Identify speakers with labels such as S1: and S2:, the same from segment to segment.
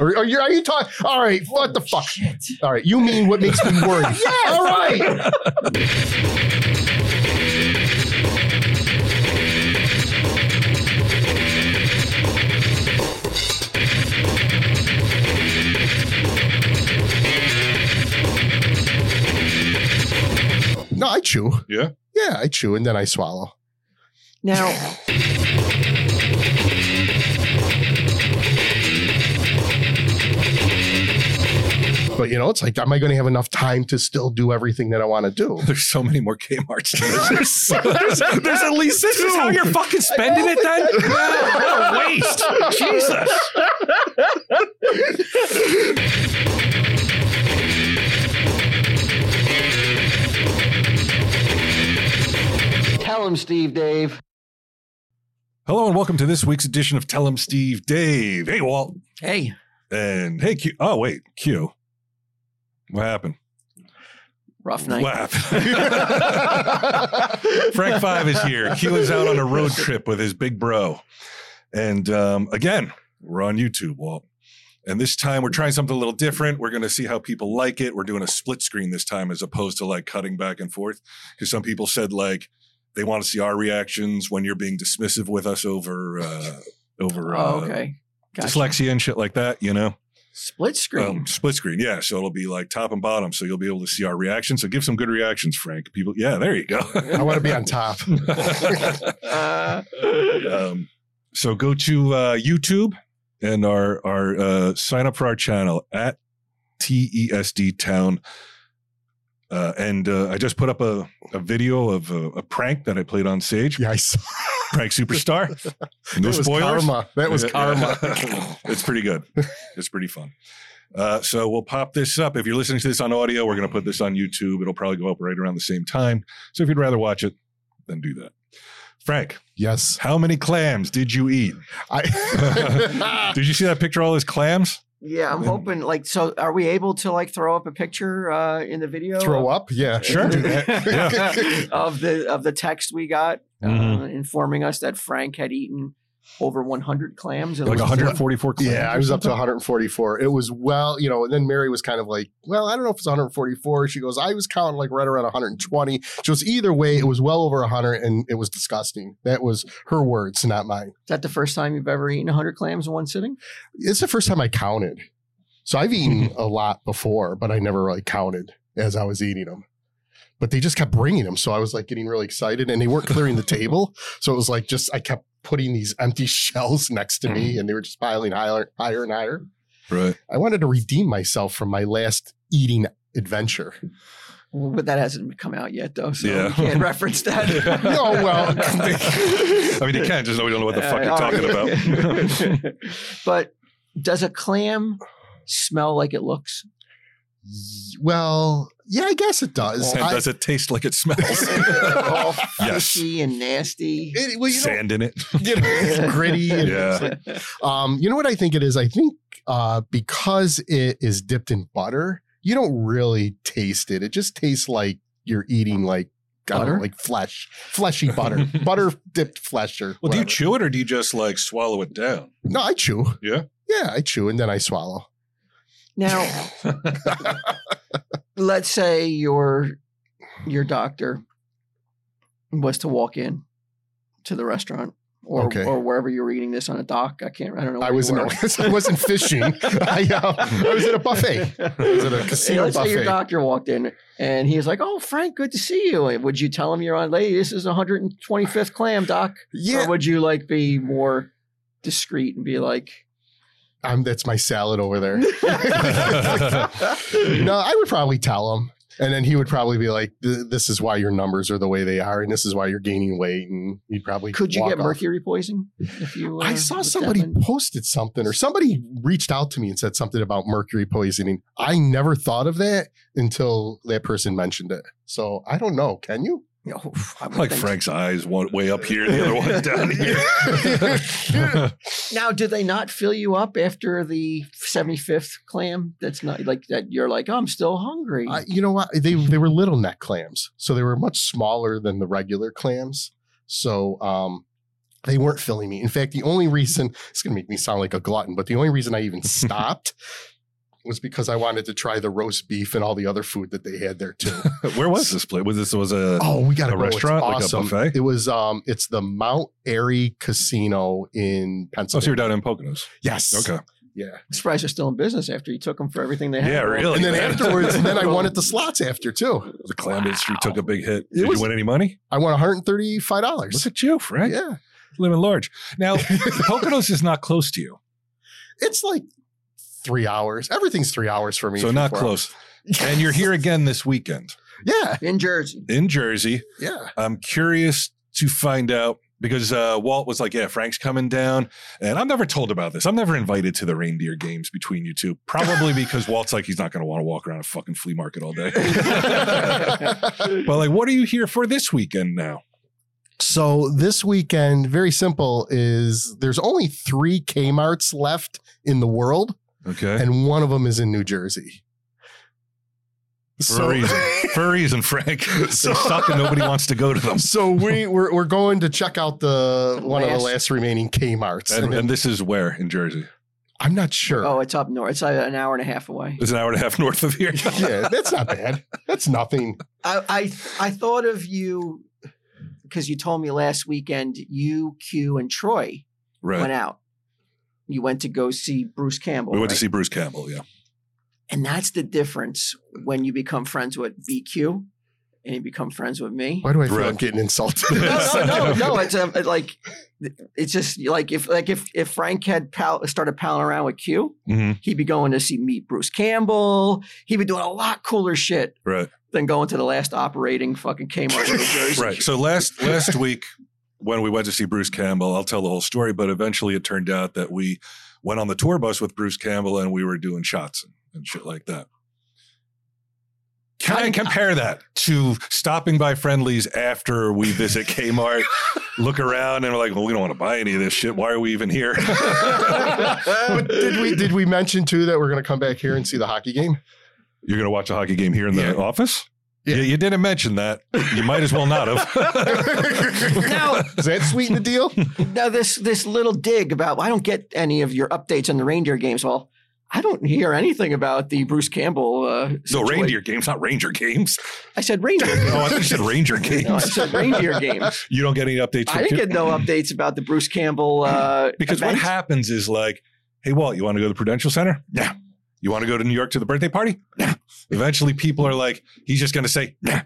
S1: Or, or you're, are you talking? All right, what the fuck? All right, you mean what makes me worried? All right. No, I chew.
S2: Yeah?
S1: Yeah, I chew and then I swallow.
S3: Now,
S1: But you know, it's like, am I going to have enough time to still do everything that I want to do?
S2: There's so many more Kmart's.
S4: There's, so- there's- there's at least this is how you're fucking spending it then. What a waste! Jesus.
S5: Tell him, Steve Dave.
S2: Hello and welcome to this week's edition of Tell 'em Steve Dave. Hey Walt.
S4: Hey,
S2: And hey Q. Oh wait, Q. What happened?
S4: rough night.
S2: What happened? Frank Five is here. Q is out on a road trip with his big bro. And um, again, we're on YouTube, Walt. And this time we're trying something a little different. We're going to see how people like it. We're doing a split screen this time as opposed to like cutting back and forth. Because some people said like they want to see our reactions when you're being dismissive with us over uh, over uh,
S4: Oh, okay. Gotcha.
S2: dyslexia and shit like that, you know?
S4: Split screen.
S2: Um, split screen, yeah. So it'll be like top and bottom. So you'll be able to see our reactions. So give some good reactions, Frank. People, yeah, there you go.
S1: I want to be on top.
S4: Uh,
S2: um, so go to uh, YouTube and our our uh, sign up for our channel at TESD Town. Uh, and uh, I just put up a, a video of a, a prank that I played on stage.
S1: Yeah, I saw.
S2: Prank Superstar. No
S1: That was
S2: spoilers.
S1: karma. That was
S2: Yeah.
S1: karma.
S2: it's pretty good. It's pretty fun. Uh, so we'll pop this up. If you're listening to this on audio, we're going to put this on YouTube. It'll probably go up right around the same time. So if you'd rather watch it, then do that. Frank,
S1: Yes,
S2: how many clams did you eat?
S1: I.
S2: Did you see that picture? of All his clams.
S4: yeah, I'm hoping like so. Are we able to like throw up a picture uh, in the video?
S1: Throw up, yeah.
S2: Sure.
S1: Do that.
S2: Yeah.
S4: of the of the text we got uh,
S2: Mhm.
S4: informing us that Frank had eaten over 100 clams and
S2: Like
S4: was-
S2: 144 clams.
S1: Yeah, I was up to 144. It was well, you know, and then Mary was kind of like, well, I don't know if it's 144. She goes, I was counting like right around 120. She goes, either way, it was well over 100 and it was disgusting. That was her words, not mine.
S4: Is that the first time you've ever eaten 100 clams in one sitting?
S1: It's the first time I counted. So I've eaten a lot before, but I never really counted as I was eating them. But they just kept bringing them. So I was like getting really excited and they weren't clearing the table. So it was like just, I kept putting these empty shells next to
S2: Mm.
S1: me and they were just piling higher, higher and higher.
S2: Right.
S1: I wanted to redeem myself from my last eating adventure.
S4: Well, But that hasn't come out yet, though, so
S2: Yeah.
S4: we can't reference that.
S1: No, well,
S2: I mean, you can't just know we don't know what the fuck you're
S4: Uh,
S2: talking
S4: all
S2: about.
S4: right. but does a clam smell like it looks?
S1: Well, yeah, I guess it does.
S2: And
S1: I-
S2: does it taste like it smells? Oh,
S4: all
S2: Yes.
S4: fishy and nasty.
S1: it- well, you know,
S2: Sand in it.
S1: you know, it's gritty. And
S2: Yeah.
S1: it's like- um, you know what I think it is? I think uh, because it is dipped in butter, you don't really taste it. It just tastes like you're eating like I don't know,
S4: Butter?
S1: like flesh, fleshy butter, butter dipped flesh or.
S2: Well, do you
S1: whatever.
S2: chew it or do you just like swallow it down?
S1: No, I chew.
S2: Yeah?
S1: yeah, I chew and then I swallow.
S4: Now, let's say your your doctor was to walk in to the restaurant or
S1: Okay.
S4: or wherever you were eating this on a dock. I can't. I don't know.
S1: I
S4: where
S1: was
S4: you were.
S1: not I wasn't fishing. I, uh, I was at a buffet. I was at a
S4: Hey,
S1: casino
S4: let's say your
S1: buffet.
S4: doctor walked in and he's like, "Oh, Frank, good to see you." And Would you tell him you're on late? This is 125th clam, doc.
S1: Yeah,
S4: Or would you like be more discreet and be like,
S1: um, that's my salad over there. no, I would probably tell him, and then he would probably be like, "Th- "This is why your numbers are the way they are, and this is why you're gaining weight." And he'd probably
S4: "Could you
S1: walk
S4: get
S1: off.
S4: mercury poisoning?" If you, uh,
S1: I saw
S4: looked that
S1: somebody
S4: one?
S1: posted something, or somebody reached out to me and said something about mercury poisoning. I never thought of that until that person mentioned it. So I don't know. Can you?
S4: No, oh, I would
S2: Like
S4: think-
S2: Frank's eyes, one way up here, the other one down here.
S4: Now, did they not fill you up after the 75th clam? That's not like that. You're like, oh, I'm still hungry.
S1: I, you know what? They they were little neck clams, so they were much smaller than the regular clams. So um, They weren't filling me. In fact, the only reason it's going to make me sound like a glutton, but the only reason I even stopped was because I wanted to try the roast beef and all the other food that they had there too.
S2: Where was this place? Was this was a
S1: oh, we got
S2: a restaurant, like a
S1: awesome.
S2: buffet?
S1: It was um, it's the Mount Airy Casino in
S2: oh, so
S1: Pennsylvania.
S2: you're down in Poconos.
S1: yes.
S2: Okay.
S1: Yeah.
S4: I'm surprised they're still in business after you took them for everything they had.
S2: Yeah, really.
S1: And then
S2: man.
S1: afterwards, and then I wanted the slots after too.
S2: the clam industry took a big hit.
S1: It
S2: Did
S1: was-
S2: you win any money?
S1: I won one hundred and thirty-five
S2: Look
S1: dollars.
S2: at you, Frank.
S1: Yeah,
S2: Living large. Now, Poconos is not close to you,
S1: it's like three hours. Everything's three hours for me.
S2: so
S1: if
S2: not
S1: you're
S2: close. And you're here again this weekend
S1: Yeah,
S4: In Jersey.
S2: in Jersey.
S1: yeah.
S2: I'm curious to find out because uh, Walt was like, "Yeah, Frank's coming down," and I'm never told about this. I'm never invited to the reindeer games between you two, probably because Walt's like he's not going to want to walk around a fucking flea market all day. but like, what are you here for this weekend now?
S1: so this weekend, very simple, is there's only three Kmart's left in the world,
S2: Okay,
S1: and one of them is in New Jersey.
S2: for
S1: So-
S2: a reason, for a reason, Frank.
S1: So-
S2: they suck and nobody wants to go to them.
S1: So we we're, we're going to check out the,
S4: The
S1: one of the
S4: last-
S1: last remaining Kmart's. And,
S2: And,
S1: then-
S2: and this is where in Jersey.
S1: I'm not sure.
S4: Oh, it's up north. It's uh, an hour and a half away.
S2: It's an hour and a half north of here.
S1: yeah, that's not bad. That's nothing.
S4: I I, I thought of you because you told me last weekend you, Q, and Troy went
S2: right.
S4: out. You went to go see Bruce Campbell.
S2: We went to
S4: right?
S2: see Bruce Campbell. Yeah.
S4: And that's the difference when you become friends with BQ and you become friends with me.
S1: Why do I feel
S2: Right.
S1: I'm getting insulted?
S4: No, no, no, no, it's um, it, like it's just like if like if if Frank had pal- started palling around with Q,
S2: hmm
S4: he'd be going to see meet Bruce Campbell. He'd be doing a lot cooler shit
S2: Right.
S4: than going to the last operating fucking Kmart in New Jersey.
S2: Right. So last last week when we went to see Bruce Campbell, I'll tell the whole story, but eventually it turned out that we went on the tour bus with Bruce Campbell and we were doing shots and, and shit like that. Can I
S4: I'm-
S2: compare that to stopping by Friendlies after we visit Kmart, look around and we're like, well, we don't want to buy any of this shit. Why are we even here?
S1: But did we did we mention too that we're going to come back here and see the hockey game?
S2: You're going to watch a hockey game here in the
S1: Yeah.
S2: office?
S1: Yeah.
S2: Yeah. You, didn't mention that. You might as well not have.
S4: Now,
S1: Does that sweeten the deal?
S4: now this this little dig about I don't get any of your updates on the reindeer games. Well, I don't hear anything about the Bruce Campbell. Uh,
S2: no,
S4: situation.
S2: reindeer games, not Ranger games.
S4: I said reindeer. Games.
S2: Oh, I thought you said Ranger
S4: No, I
S2: games.
S4: said reindeer games.
S2: You don't get any updates
S4: I
S2: from
S4: didn't
S2: Q-
S4: get no updates about the Bruce Campbell. Uh,
S2: because what
S4: event.
S2: happens is like, hey, Walt, you want to go to the Prudential Center? Yeah. You want to go to New York to the birthday party? Yeah. Eventually, people are like, he's just going to say, nah.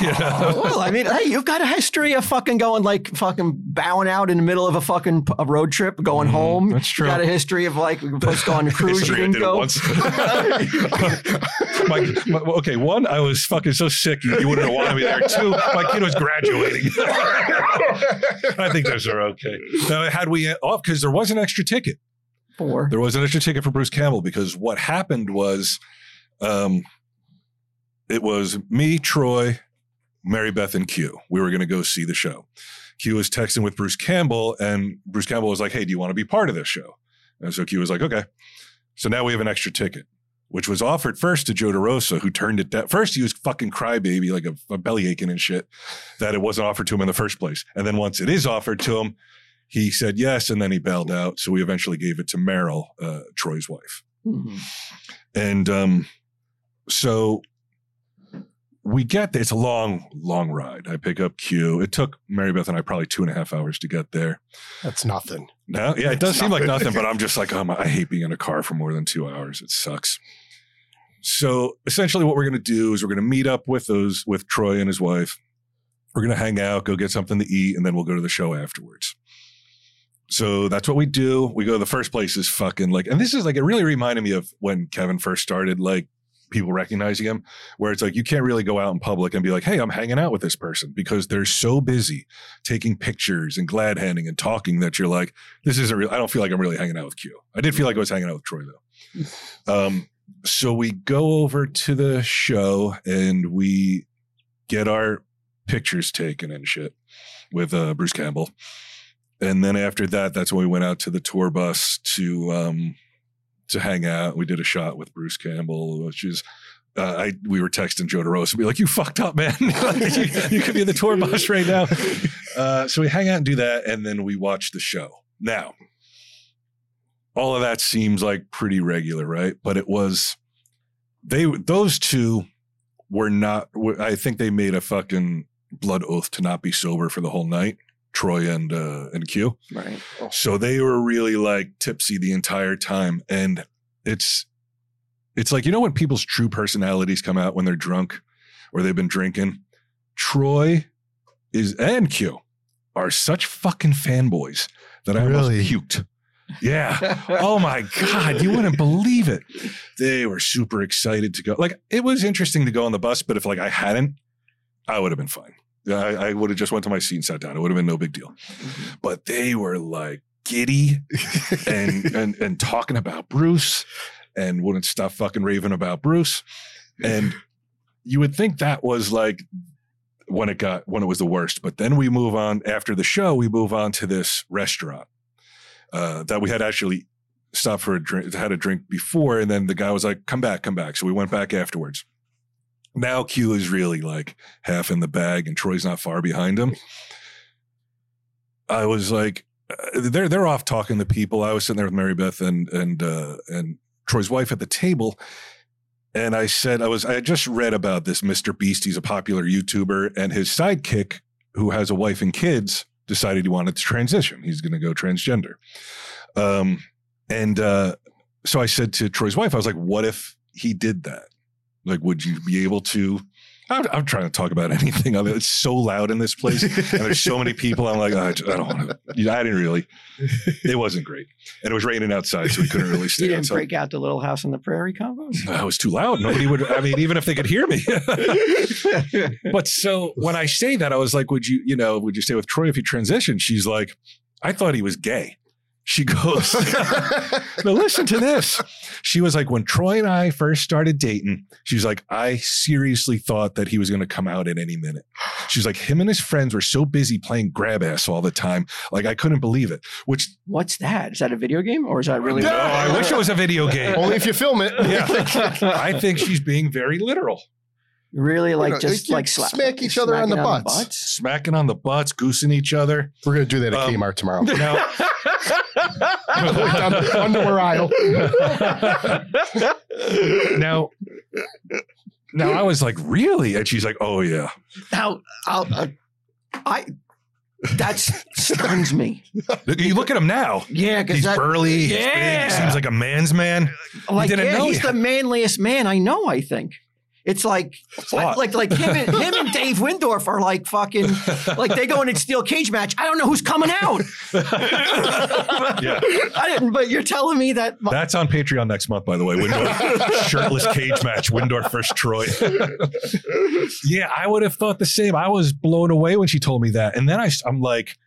S2: You know?
S4: Oh, well, I mean, hey, you've got a history of fucking going like fucking bowing out in the middle of a fucking p- a road trip, going
S2: Mhm,
S4: home.
S2: that's
S4: You got
S2: true.
S4: a history of like supposed to go on a cruise, you
S2: History, I
S4: didn't
S2: did it
S4: go.
S2: once. my, my- okay, one, I was fucking so sick, you you wouldn't have wanted me there. Two, my kid was graduating. I think those are okay. Now, had we off because there was an extra ticket.
S4: Four.
S2: There was an extra ticket for Bruce Campbell because what happened was um, it was me, Troy, Mary Beth, and Q. We were going to go see the show. Q was texting with Bruce Campbell, and Bruce Campbell was like, Hey, do you want to be part of this show? And so Q was like, Okay. So now we have an extra ticket, which was offered first to Joe DeRosa, who turned it down. First, he was fucking crybaby, like a, a belly aching and shit, that it wasn't offered to him in the first place. And then once it is offered to him, he said yes, and then he bailed out. So we eventually gave it to Meryl, uh, Troy's wife.
S4: Mhm.
S2: And um, so we get there. It's a long, long ride. I pick up Q. It took Mary Beth and I probably two and a half hours to get there.
S1: That's nothing.
S2: No, yeah, it does
S1: It's
S2: seem like
S1: nothing.
S2: nothing, but I'm just like, oh my, I hate being in a car for more than two hours. It sucks. So essentially, what we're going to do is we're going to meet up with those with Troy and his wife. We're going to hang out, go get something to eat, and then we'll go to the show afterwards. So that's what we do. We go. The first place is fucking like, and this is like it really reminded me of when Kevin first started, like people recognizing him, where it's like you can't really go out in public and be like, hey, I'm hanging out with this person because they're so busy taking pictures and glad handing and talking that you're like, this isn't real. I don't feel like I'm really hanging out with Q. I did feel like I was hanging out with Troy though. Um, so we go over to the show and we get our pictures taken and shit with uh, Bruce Campbell. And then after that, that's when we went out to the tour bus to um, to hang out. We did a shot with Bruce Campbell, which is uh, I we were texting Joe DeRosa and be like, "You fucked up, man. Like, you, you could be in the tour bus right now." Uh, so we hang out and do that, and then we watch the show. Now, all of that seems like pretty regular, right? But it was they those two were not. were- I think they made a fucking blood oath to not be sober for the whole night. Troy and uh, and Q.
S4: Right.
S2: So they were really like tipsy the entire time. And it's it's like, you know when people's true personalities come out when they're drunk or they've been drinking? Troy is and Q are such fucking fanboys that I
S1: Really?
S2: almost puked. Yeah. Oh my God, you wouldn't believe it. They were super excited to go. Like it was interesting to go on the bus, but if like I hadn't, I would have been fine. Yeah, I, I would have just went to my seat and sat down. It would have been no big deal. But they were like giddy and and and talking about Bruce and wouldn't stop fucking raving about Bruce. And you would think that was like when it got when it was the worst. But then we move on after the show, we move on to this restaurant uh, that we had actually stopped for a drink, had a drink before, and then the guy was like, "Come back, come back." So we went back afterwards. Now Q is really like half in the bag, and Troy's not far behind him. I was like, uh, they're they're off talking to people. I was sitting there with Mary Beth and and uh, and Troy's wife at the table, and I said I was I had just read about this Mr. Beast. He's a popular YouTuber, and his sidekick, who has a wife and kids, decided he wanted to transition. He's going to go transgender. Um, and uh, so I said to Troy's wife, I was like, "What if he did that? Like, would you be able to?" I'm, I'm trying to talk about anything other. It's so loud in this place and there's so many people. I'm like, I, just- I don't want to. I didn't really. It wasn't great, and it was raining outside, so we couldn't really
S4: You
S2: stay
S4: didn't
S2: outside.
S4: break out the little house on the prairie combos?
S2: I was too loud. Nobody would. I mean, even if they could hear me. but so when I say that, I was like, "Would you, you know, would you stay with Troy if he transitioned?" She's like, "I thought he was gay." She goes, "Now listen to this." She was like, "When Troy and I first started dating, she's like, I seriously thought that he was going to come out at any minute." She's like, "Him and his friends were so busy playing grab ass all the time, like I couldn't believe it." Which
S4: What's that? Is that a video game or is that really?
S2: no, I wish it was a video game.
S1: Only if you film it.
S2: Yeah. I think she's being very literal.
S4: really like
S1: know,
S4: just
S1: you
S4: like slap,
S1: smack each other on the
S4: smacking
S1: butts.
S2: smacking on the butts, goosing each other.
S1: We're gonna do that at
S2: Um,
S1: Kmart tomorrow.
S2: Now,
S1: Down the underwear aisle.
S2: now, now I was like, really? And she's like, oh yeah.
S4: Now, I'll, uh, I that stuns me.
S2: Look, you look at him now.
S4: Yeah,
S2: He's
S4: because that
S2: burly. he's big,
S4: Yeah.
S2: He seems like a man's man.
S4: like
S2: didn't
S4: yeah,
S2: know
S4: he's
S2: yet.
S4: the manliest man I know. I think it's like I-
S2: Thought.
S4: like like him and him and Dave Windorf are like fucking like they go in and steal cage match. I don't know who's coming out.
S2: Yeah.
S4: I didn't, but you're telling me that my,
S2: That's on Patreon next month, by the way. Windor shirtless cage match, Windor versus Troy. yeah, I would have thought the same. I was blown away when she told me that, and then I, am like,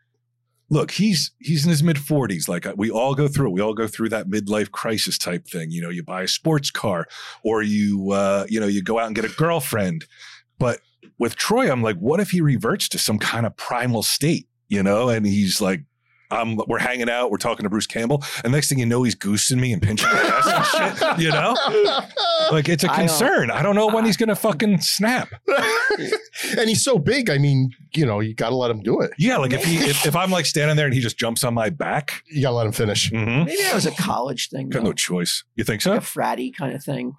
S2: look, he's he's in his mid 40s. Like uh, we all go through it. We all go through that midlife crisis type thing. You know, you buy a sports car, or you uh, you know you go out and get a girlfriend. But with Troy, I'm like, what if he reverts to some kind of primal state? You know, and he's like. I'm, we're hanging out. We're talking to Bruce Campbell, and next thing you know, he's goosing me and pinching my ass and shit. You know, like it's a
S4: I don't-
S2: concern. I don't, know when he's gonna fucking snap.
S1: and he's so big. I mean, you know, you gotta let him do it.
S2: Yeah, like if he if, if I'm like standing there and he just jumps on my back,
S1: You gotta let him finish.
S2: mm-hmm.
S4: maybe that was a college thing,
S2: got
S4: though.
S2: no choice. You think
S4: like
S2: so?
S4: a fratty kind of thing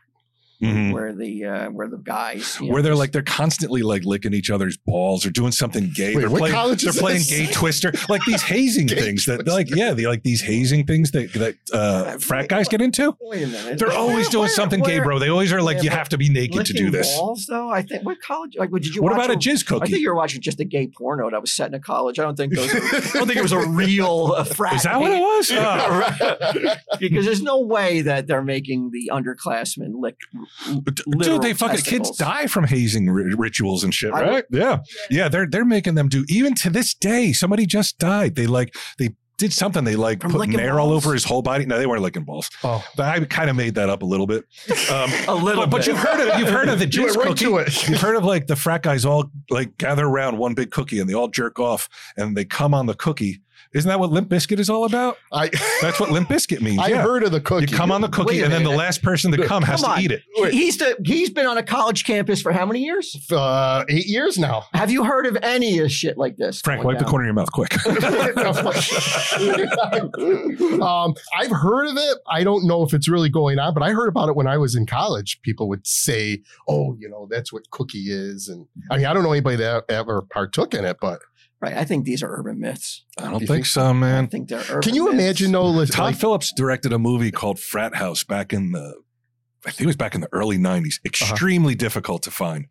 S2: Mhm.
S4: where the uh, where the guys you know,
S2: Where they're like they're constantly like licking each other's balls or doing something gay.
S1: Wait,
S2: they're
S1: what
S2: playing
S1: college
S2: they're
S1: is
S2: playing
S1: this?
S2: gay twister, like these hazing
S1: Gay
S2: things that
S1: Twister.
S2: like yeah, they like these hazing things that that uh, frat guys get into.
S4: Wait a minute.
S2: They're always doing
S4: Where-
S2: something gay,
S4: where-
S2: bro. They always are like
S4: Yeah,
S2: you
S4: but
S2: have to be naked to do
S4: Licking
S2: this.
S4: Balls, though, I think. What college? Like, what did you?
S2: What
S4: watch
S2: about a
S4: a-
S2: jizz
S4: I think
S2: cookie?
S4: you were watching just a gay porno that was set in a college. I don't think those. Were, I don't think it was a real uh, frat.
S2: Is that what it was? Oh.
S4: Because there's no way that they're making the underclassmen lick. literal
S2: Dude, they fucking
S4: testicles.
S2: kids die from hazing ri- rituals and shit,
S4: I
S2: right? yeah, yeah. They're they're making them do even to this day. Somebody just died. They like they did something. They like
S4: From
S2: put
S4: licking
S2: nair all
S4: balls?
S2: over his whole body. No, they weren't licking balls.
S1: Oh,
S2: But I kind of made that up a little bit. Um,
S4: A little
S2: but, but
S4: bit.
S2: you've heard of you've heard of the
S1: do
S2: jizz
S1: it right
S2: cookie.
S1: to it.
S2: You've heard of like the frat guys all like gather around one big cookie and they all jerk off and they come on the cookie Isn't that what Limp Biscuit is all about?
S1: I
S2: That's what Limp Biscuit means.
S1: I
S2: yeah.
S1: heard of the
S2: you
S1: cookie.
S2: come on the
S4: Wait
S2: cookie,
S4: a
S2: and then the
S4: minute.
S2: last person to come, has
S4: Come
S2: to
S4: on.
S2: eat it.
S1: Wait.
S4: He's the, he's been on a college campus for how many years?
S1: uh, eight years now.
S4: Have you heard of any of shit like this?
S2: Frank,
S4: going
S2: wipe the
S4: down?
S2: corner of your mouth quick.
S1: um, I've heard of it. I don't know if it's really going on, but I heard about it when I was in college. People would say, "Oh, you know, that's what cookie is," and I mean, I don't know anybody that ever partook in it, but
S4: Right. I think these are urban myths.
S2: I
S1: You
S2: don't
S1: think
S2: think so,
S4: I
S2: man.
S4: think they're urban
S1: can you
S4: myths.
S1: imagine though? Like,
S2: Todd Phillips directed a movie called Frat House back in the, I think it was back in the early 90s.
S1: Uh-huh.
S2: Extremely difficult to find.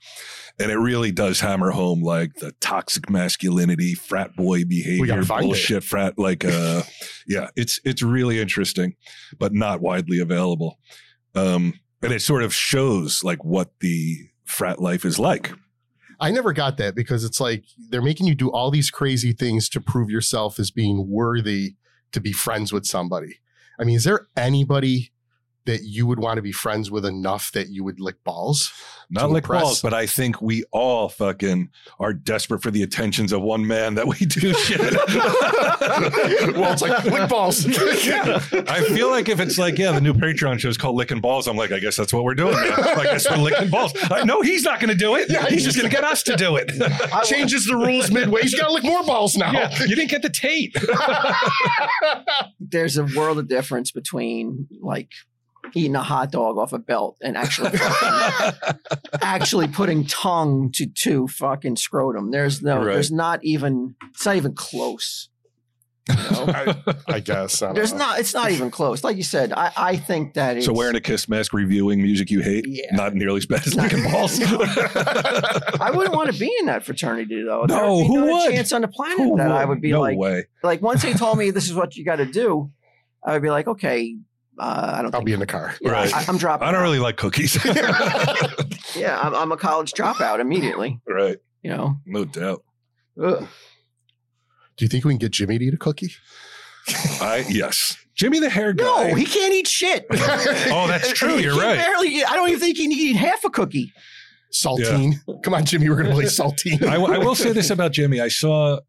S2: And it really does hammer home like the toxic masculinity, frat boy behavior,
S1: find it.
S2: bullshit, frat. Like, uh, yeah, it's, it's really interesting, but not widely available. Um, and it sort of shows like what the frat life is like.
S1: I never got that because it's like they're making you do all these crazy things to prove yourself as being worthy to be friends with somebody. I mean, is there anybody that you would want to be friends with enough that you would lick balls? to
S2: Not like
S1: impress.
S2: balls, but I think we all fucking are desperate for the attentions of one man that we do shit.
S1: well, it's like lick balls.
S2: Yeah. I feel like if it's like, yeah, the new Patreon show is called Licking Balls, I'm like, I guess that's what we're doing. Now. I guess we're licking balls. I know he's not going to do it.
S1: Yeah,
S2: he's just going to get us to do it.
S1: Changes the rules midway. He's got to lick more balls now.
S2: Yeah, you didn't get the tape.
S4: There's a world of difference between like eating a hot dog off a belt and actually actually putting tongue to to fucking scrotum. There's no.
S2: Right.
S4: There's not even. It's not even close. you know?
S1: I guess. I don't
S4: There's
S1: know.
S4: not. It's not even close. Like you said, I, I think that it's
S2: so wearing a kiss mask, reviewing music you hate,
S4: Yeah.
S2: not nearly as bad as licking balls.
S4: I wouldn't want to be in that fraternity though. There
S2: No,
S4: would be
S2: who
S4: not a
S2: would?
S4: Chance on the planet
S2: Who
S4: that I would be
S2: no
S4: like,
S2: way.
S4: like once they told me this is what you got to do, I would be like, okay, uh, I don't.
S1: I'll
S4: think-
S1: be in the car.
S4: yeah,
S2: Oh, Right.
S4: I, am dropping.
S2: I don't
S4: out.
S2: really like cookies.
S4: Yeah, I'm, I'm a college dropout immediately.
S2: right.
S4: You know.
S2: No doubt.
S4: Ugh.
S1: Do you think we can get Jimmy to eat a cookie?
S2: I yes. Jimmy the hair guy.
S4: No, he can't eat shit.
S2: oh, that's true.
S4: He
S2: You're
S4: can
S2: right.
S4: Barely, eat- I don't even think he can eat half a cookie.
S1: Saltine. Come on, Jimmy. We're going to play Saltine.
S2: I, I will say this about Jimmy. I saw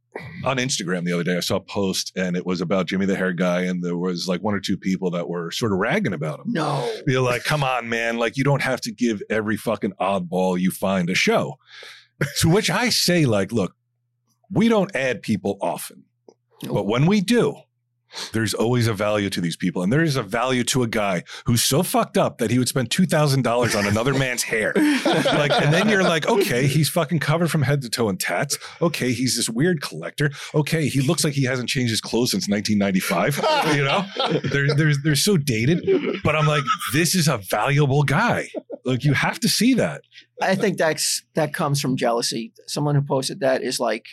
S2: on Instagram the other day, I saw a post and it was about Jimmy the hair guy. And there was like one or two people that were sort of ragging about him.
S4: No.
S2: Be like, come on, man. Like, you don't have to give every fucking oddball you find a show. to which I say, like, look, we don't add people often, but when we do, there's always a value to these people. And there is a value to a guy who's so fucked up that he would spend $2,000 on another man's hair like and then you're like okay he's fucking covered from head to toe in tats okay he's this weird collector okay he looks like he hasn't changed his clothes since 1995 you know they're, they're, they're so dated but i'm like this is a valuable guy like you have to see that
S4: I think that's that comes from jealousy. Someone who posted that is like,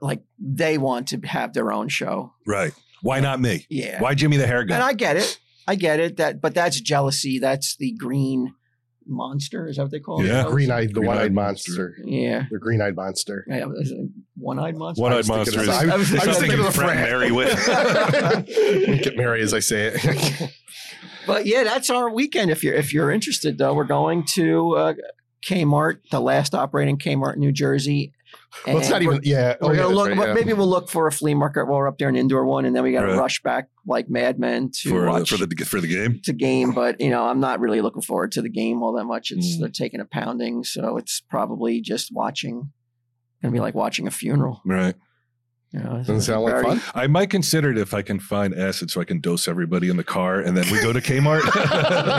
S4: like they want to have their own show.
S2: right why not me
S4: Yeah,
S2: why jimmy the hair
S4: and
S2: guy
S4: I get it. I get it. That, but that's jealousy. That's the green monster. Is that what they call
S2: Yeah.
S4: it?
S1: green eyed, the
S2: Green-eyed
S1: one eyed
S2: monster.
S1: monster.
S4: Yeah.
S1: The green eyed monster.
S4: Yeah, was it one-eyed monster.
S2: one
S1: I
S2: eyed
S1: was thinking
S2: monster
S1: of-
S2: is
S1: I was- I was
S2: something
S1: thinking
S2: you
S1: of the
S2: threaten
S1: frat.
S2: Mary with
S1: Get Mary as I say it.
S4: But yeah, that's our weekend. If you're if you're interested, though, we're going to uh, Kmart, the last operating Kmart in New Jersey.
S1: well, it's not
S4: And
S1: even, yeah. Oh,
S4: We're, we're
S1: yeah,
S4: gonna
S1: that's
S4: look.
S1: right,
S4: but
S1: yeah.
S4: Maybe we'll look for a flea market while we're up there, an indoor one, and then we got to
S2: Right.
S4: rush back like madmen to
S2: for, the-
S4: watch
S2: for the for the game
S4: to game. But you know, I'm not really looking forward to the game all that much. It's
S2: Mm.
S4: they're taking a pounding, so it's probably just watching. Gonna be like watching a funeral.
S2: right
S4: You know,
S1: Doesn't sound like
S4: Very-
S1: fun.
S2: i might consider it if i can find acid so i can dose everybody in the car and then we go to kmart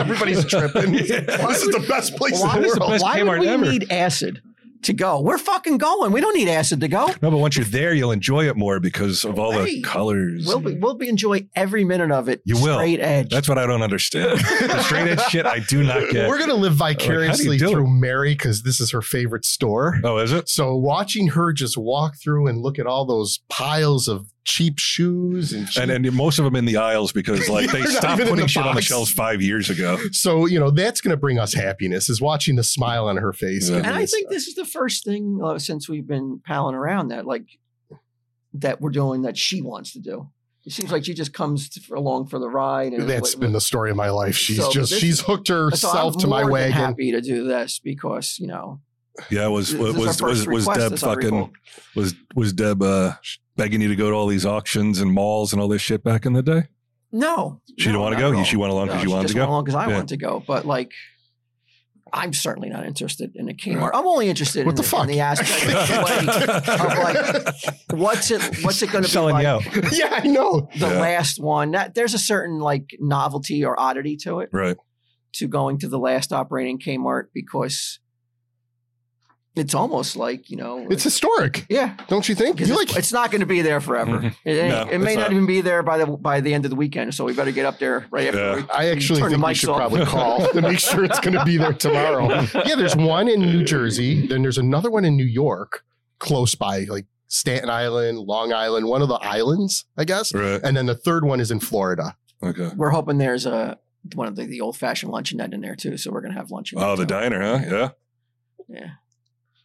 S1: Everybody's tripping.
S2: Yeah.
S1: This is the best place
S4: Why,
S1: in the
S2: is
S1: world.
S2: the best
S4: why would
S2: Kmart
S4: we
S2: ever.
S4: need acid to go? We're fucking going. We don't need acid to go.
S2: No, but once you're there, you'll enjoy it more because of all the
S4: Right.
S2: colors.
S4: We'll be, we'll be enjoy every minute of it.
S2: You will.
S4: Straight edge.
S2: That's what I don't understand. the straight edge shit, I do not get.
S1: We're gonna live vicariously
S2: do it?
S1: through Mary because this is her favorite store.
S2: oh, is it?
S1: So watching her just walk through and look at all those piles of cheap shoes and, cheap,
S2: And and most of them in the aisles because like they
S1: They're not
S2: stopped
S1: even in
S2: putting
S1: the
S2: shit on the
S1: box.
S2: shelves five years ago.
S1: so you know that's gonna bring us happiness is watching the smile on her face.
S2: Yeah.
S1: giving
S4: and I
S1: us-
S4: think this is the first thing uh, since we've been palling around that like that we're doing that she wants to do. It seems like she just comes to, along for the ride. And
S1: that's been the story of my life. She's
S4: So
S1: just
S4: this-
S1: she's hooked
S4: so I'm
S1: herself to my
S4: more than
S1: wagon.
S4: Happy to do this because you know
S2: Yeah, was
S4: This is our
S2: was
S4: first
S2: was, was
S4: request,
S2: Deb
S4: as I recall.
S2: fucking was was Deb uh, begging you to go to all these auctions and malls and all this shit back in the day?
S4: No,
S2: She didn't
S4: no,
S2: want to
S4: not at
S2: go.
S4: all.
S2: She went along because
S4: No,
S2: you
S4: she
S2: wanted to
S4: just
S2: go.
S4: went along because I
S2: Yeah.
S4: wanted to go. But like, I'm certainly not interested in a Kmart. I'm only interested
S1: What
S4: in,
S1: the
S4: the,
S1: fuck?
S4: in the aspect of like, what's it what's it going to be
S3: Selling
S4: like?
S3: you out.
S1: yeah, I know.
S4: The
S2: Yeah.
S4: last one. That there's a certain like novelty or oddity to it
S2: right.
S4: to going to the last operating Kmart because it's almost like you know
S1: It's historic,
S4: yeah.
S1: don't you think?
S4: 'cause
S1: You
S4: it's,
S1: like
S4: it's not going to be there forever.
S2: Mhm.
S4: It, ain't-
S2: No,
S4: it may
S2: it's
S4: not
S2: not.
S4: even be there by the by the end of the weekend. So we better get up there right after.
S2: Yeah.
S4: we-
S1: I actually
S4: turn the
S1: think we
S4: mics
S1: should
S4: off.
S1: probably call to make sure it's going to be there tomorrow. Yeah, there's one in New Jersey. Then there's another one in New York, close by, like Staten Island, Long Island, one of the islands, I guess.
S2: Right.
S1: And then the third one is in Florida.
S2: Okay.
S4: We're hoping there's a one of the, the old fashioned luncheonette in there too. So we're going to have luncheon.
S2: Oh, the
S4: too.
S2: diner, huh? Yeah.
S4: Yeah.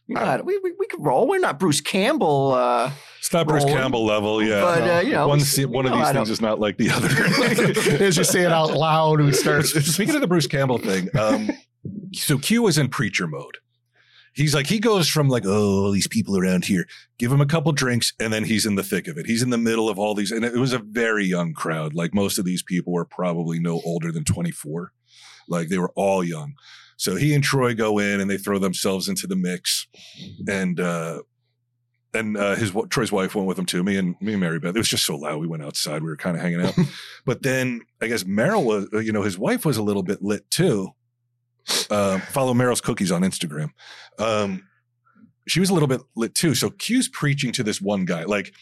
S4: You know how to- we, we, we could roll. We're not Bruce Campbell. Uh,
S2: It's not Bruce
S4: Rolling.
S2: Campbell level. Yeah.
S4: But, uh, you know,
S2: one,
S4: we-
S2: se- one of
S4: no,
S2: these
S4: I
S2: things
S4: don't-
S2: is not like the other.
S1: As you say it out loud, we start.
S2: Speaking of the Bruce Campbell thing, um, so Q is in preacher mode. He's like, he goes from like, oh, all these people around here, give him a couple drinks, and then he's in the thick of it. He's in the middle of all these. And it was a very young crowd. Like, most of these people were probably no older than 24. Like, they were all young. So he and Troy go in and they throw themselves into the mix. And, uh, and uh, his wa- Troy's wife went with him too. Me and me and Mary Beth. It was just so loud. We went outside. We were kind of hanging out. but then I guess Meryl was, uh, you know, his wife was a little bit lit too. Uh, follow Meryl's cookies on Instagram. Um, she was a little bit lit too. So Q's preaching to this one guy, like,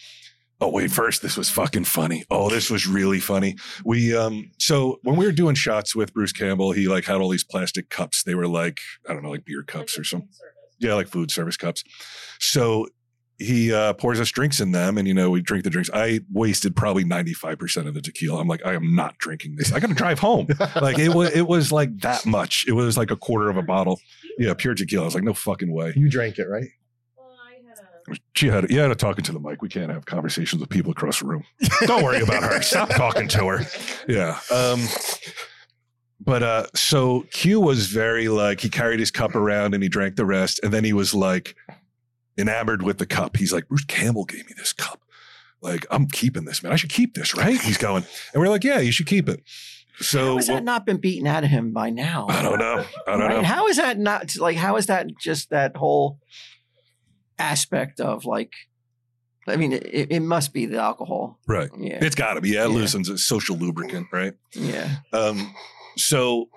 S2: oh wait, first this was fucking funny. Oh, this was really funny. We um, so when we were doing shots with Bruce Campbell, he like had all these plastic cups. They were like I don't know, like beer cups or something. Yeah, like food service cups. So he uh, pours us drinks in them, and you know we drink the drinks. I wasted probably ninety five percent of the tequila. I'm like, I am not drinking this. I got to drive home. like it was, it was like that much. It was like a quarter of a bottle. Yeah, pure tequila. I was like, no fucking way.
S1: You drank it, right?
S2: She had, you had to talking to the mic. We can't have conversations with people across the room. Don't worry about her. Stop talking to her. Yeah. Um, but uh, so Q was very like he carried his cup around and he drank the rest, and then he was like enamored with the cup. He's like, Bruce Campbell gave me this cup. Like I'm keeping this, man. I should keep this, right? He's going, and we're like, yeah, you should keep it. So
S4: how has
S2: well,
S4: that not been beaten out of him by now?
S2: Oh, I don't know. I don't
S4: Right?
S2: know.
S4: How is that not like? How is that just that whole aspect of like? I mean, it, it must be the alcohol.
S2: Right.
S4: Yeah.
S2: It's got to be. Yeah, it
S4: Yeah.
S2: loosens it's social lubricant, right?
S4: yeah.
S2: Um, so,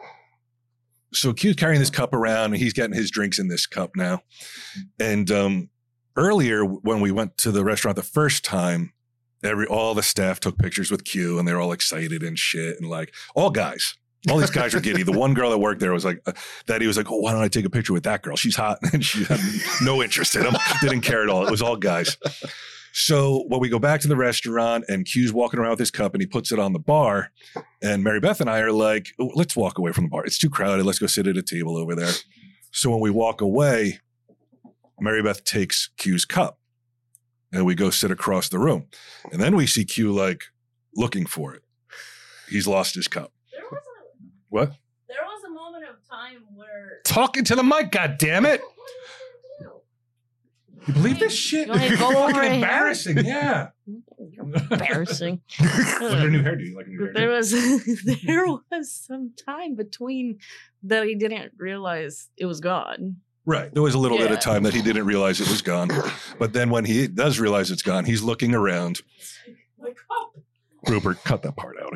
S2: so Q's carrying this cup around, and he's getting his drinks in this cup now. And um, earlier, when we went to the restaurant the first time, every all the staff took pictures with Q, and they're all excited and shit, and like all guys. All these guys were giddy. The one girl that worked there was like, uh, that he was like, oh, why don't I take a picture with that girl? She's hot. And she had no interest in him, didn't care at all. It was all guys. So when we go back to the restaurant and Q's walking around with his cup and he puts it on the bar, and Mary Beth and I are like, "Oh, let's walk away from the bar. It's too crowded. Let's go sit at a table over there. So when we walk away, Mary Beth takes Q's cup and we go sit across the room. And then we see Q like looking for it. He's lost his cup.
S6: There was a
S2: What?
S6: there was a moment of time where
S2: Talking to the mic, God damn it!
S6: What are you gonna do?
S2: You believe this shit?
S7: You want me to go
S2: Fucking
S7: over here?
S2: embarrassing, yeah.
S7: Embarrassing.
S2: Look at her new hairdo. You like her new hairdo?
S7: there was there was some time between that he didn't realize it was gone.
S2: Right. There was a little bit of
S7: Yeah.
S2: time that he didn't realize it was gone. But then when he does realize it's gone, he's looking around.
S6: Like, oh,
S2: Rupert, cut that part out,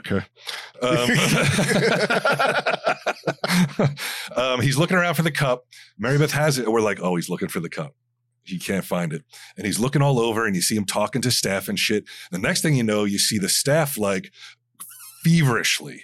S2: okay? Um, um, he's looking around for the cup. Mary Beth has it. And we're like, oh, he's looking for the cup. He can't find it. And he's looking all over and you see him talking to staff and shit. The next thing you know, you see the staff like feverishly,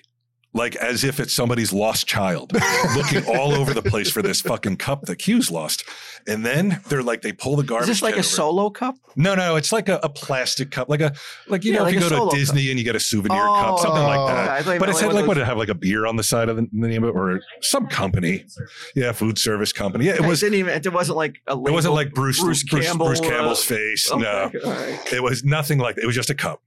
S2: like as if it's somebody's lost child, looking all over the place for this fucking cup that Q's lost. And then they're like, they pull the garbage.
S4: Is this like
S2: can
S4: a
S2: over. Uh,
S4: solo cup?
S2: No, no, it's like a, a plastic cup, like a like you
S4: Yeah,
S2: know
S4: like
S2: if
S4: a
S2: you go
S4: solo
S2: to
S4: cup.
S2: Disney and you get a souvenir cup, something like
S1: Oh,
S2: that.
S4: I thought you
S2: But it
S4: meant
S2: said
S4: one of
S2: like what did
S4: those-
S2: it have like a beer on the side of the, the name of it
S6: I
S2: or
S6: think
S2: some
S6: that's
S2: company?
S6: food service.
S2: Yeah, food service company. Yeah, it
S4: I
S2: was. It
S4: didn't even. It wasn't like a. Label.
S2: wasn't like Bruce Bruce,
S4: Bruce Campbell,
S2: Bruce
S4: uh,
S2: Campbell's face.
S4: Okay,
S2: No,
S4: all right.
S2: it was nothing like that. It was just a cup.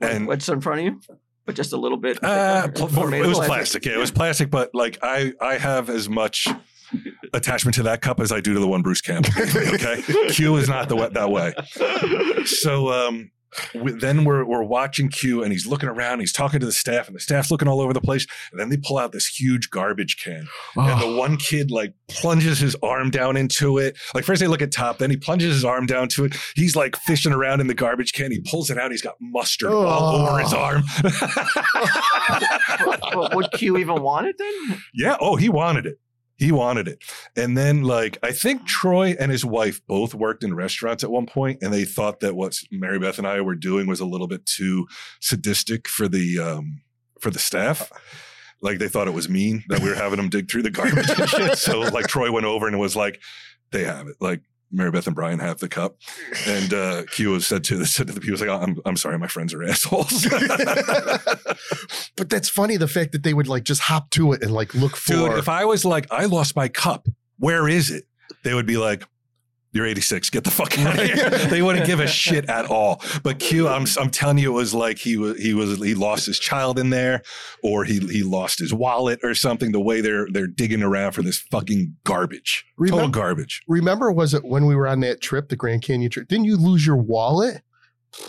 S2: And
S4: What's in front of you? But just a little bit.
S2: Uh,
S4: Or
S2: pl-
S4: made
S2: it
S4: of
S2: was plastic. Yeah, it was plastic. But like, I I have as much attachment to that cup as I do to the one Bruce Campbell. Okay, Q is not the wet that way. So um, we, then we're we're watching Q, and he's looking around. He's talking to the staff, and the staff's looking all over the place. And then they pull out this huge garbage can, and the one kid like plunges his arm down into it. Like first they look at top, then he plunges his arm down to it. He's like fishing around in the garbage can. He pulls it out. He's got mustard all
S1: Oh.
S2: over his arm.
S4: But would Q even want it then?
S2: Yeah. Oh, he wanted it. He wanted it. And then, like, I think Troy and his wife both worked in restaurants at one point, and they thought that what Mary Beth and I were doing was a little bit too sadistic for the um, for the staff. Like, they thought it was mean that we were having them dig through the garbage and shit. So, like, Troy went over and was like, "They have it." Like. Mary Beth and Brian have the cup, and uh, Q was said to said to the people, "He was like, I'm I'm sorry, my friends are assholes."
S1: but that's funny the fact that they would like just hop to it and like look for
S2: Dude, if I was like, I lost my cup, where is it? They would be like, you're 86. Get the fuck out of here. they wouldn't give a shit at all. But Q, I'm I'm telling you, it was like he was he was he lost his child in there, or he he lost his wallet or something. The way they're they're digging around for this fucking garbage, total
S1: Remember-
S2: garbage.
S1: remember was it when we were on that trip the Grand Canyon trip didn't you lose your wallet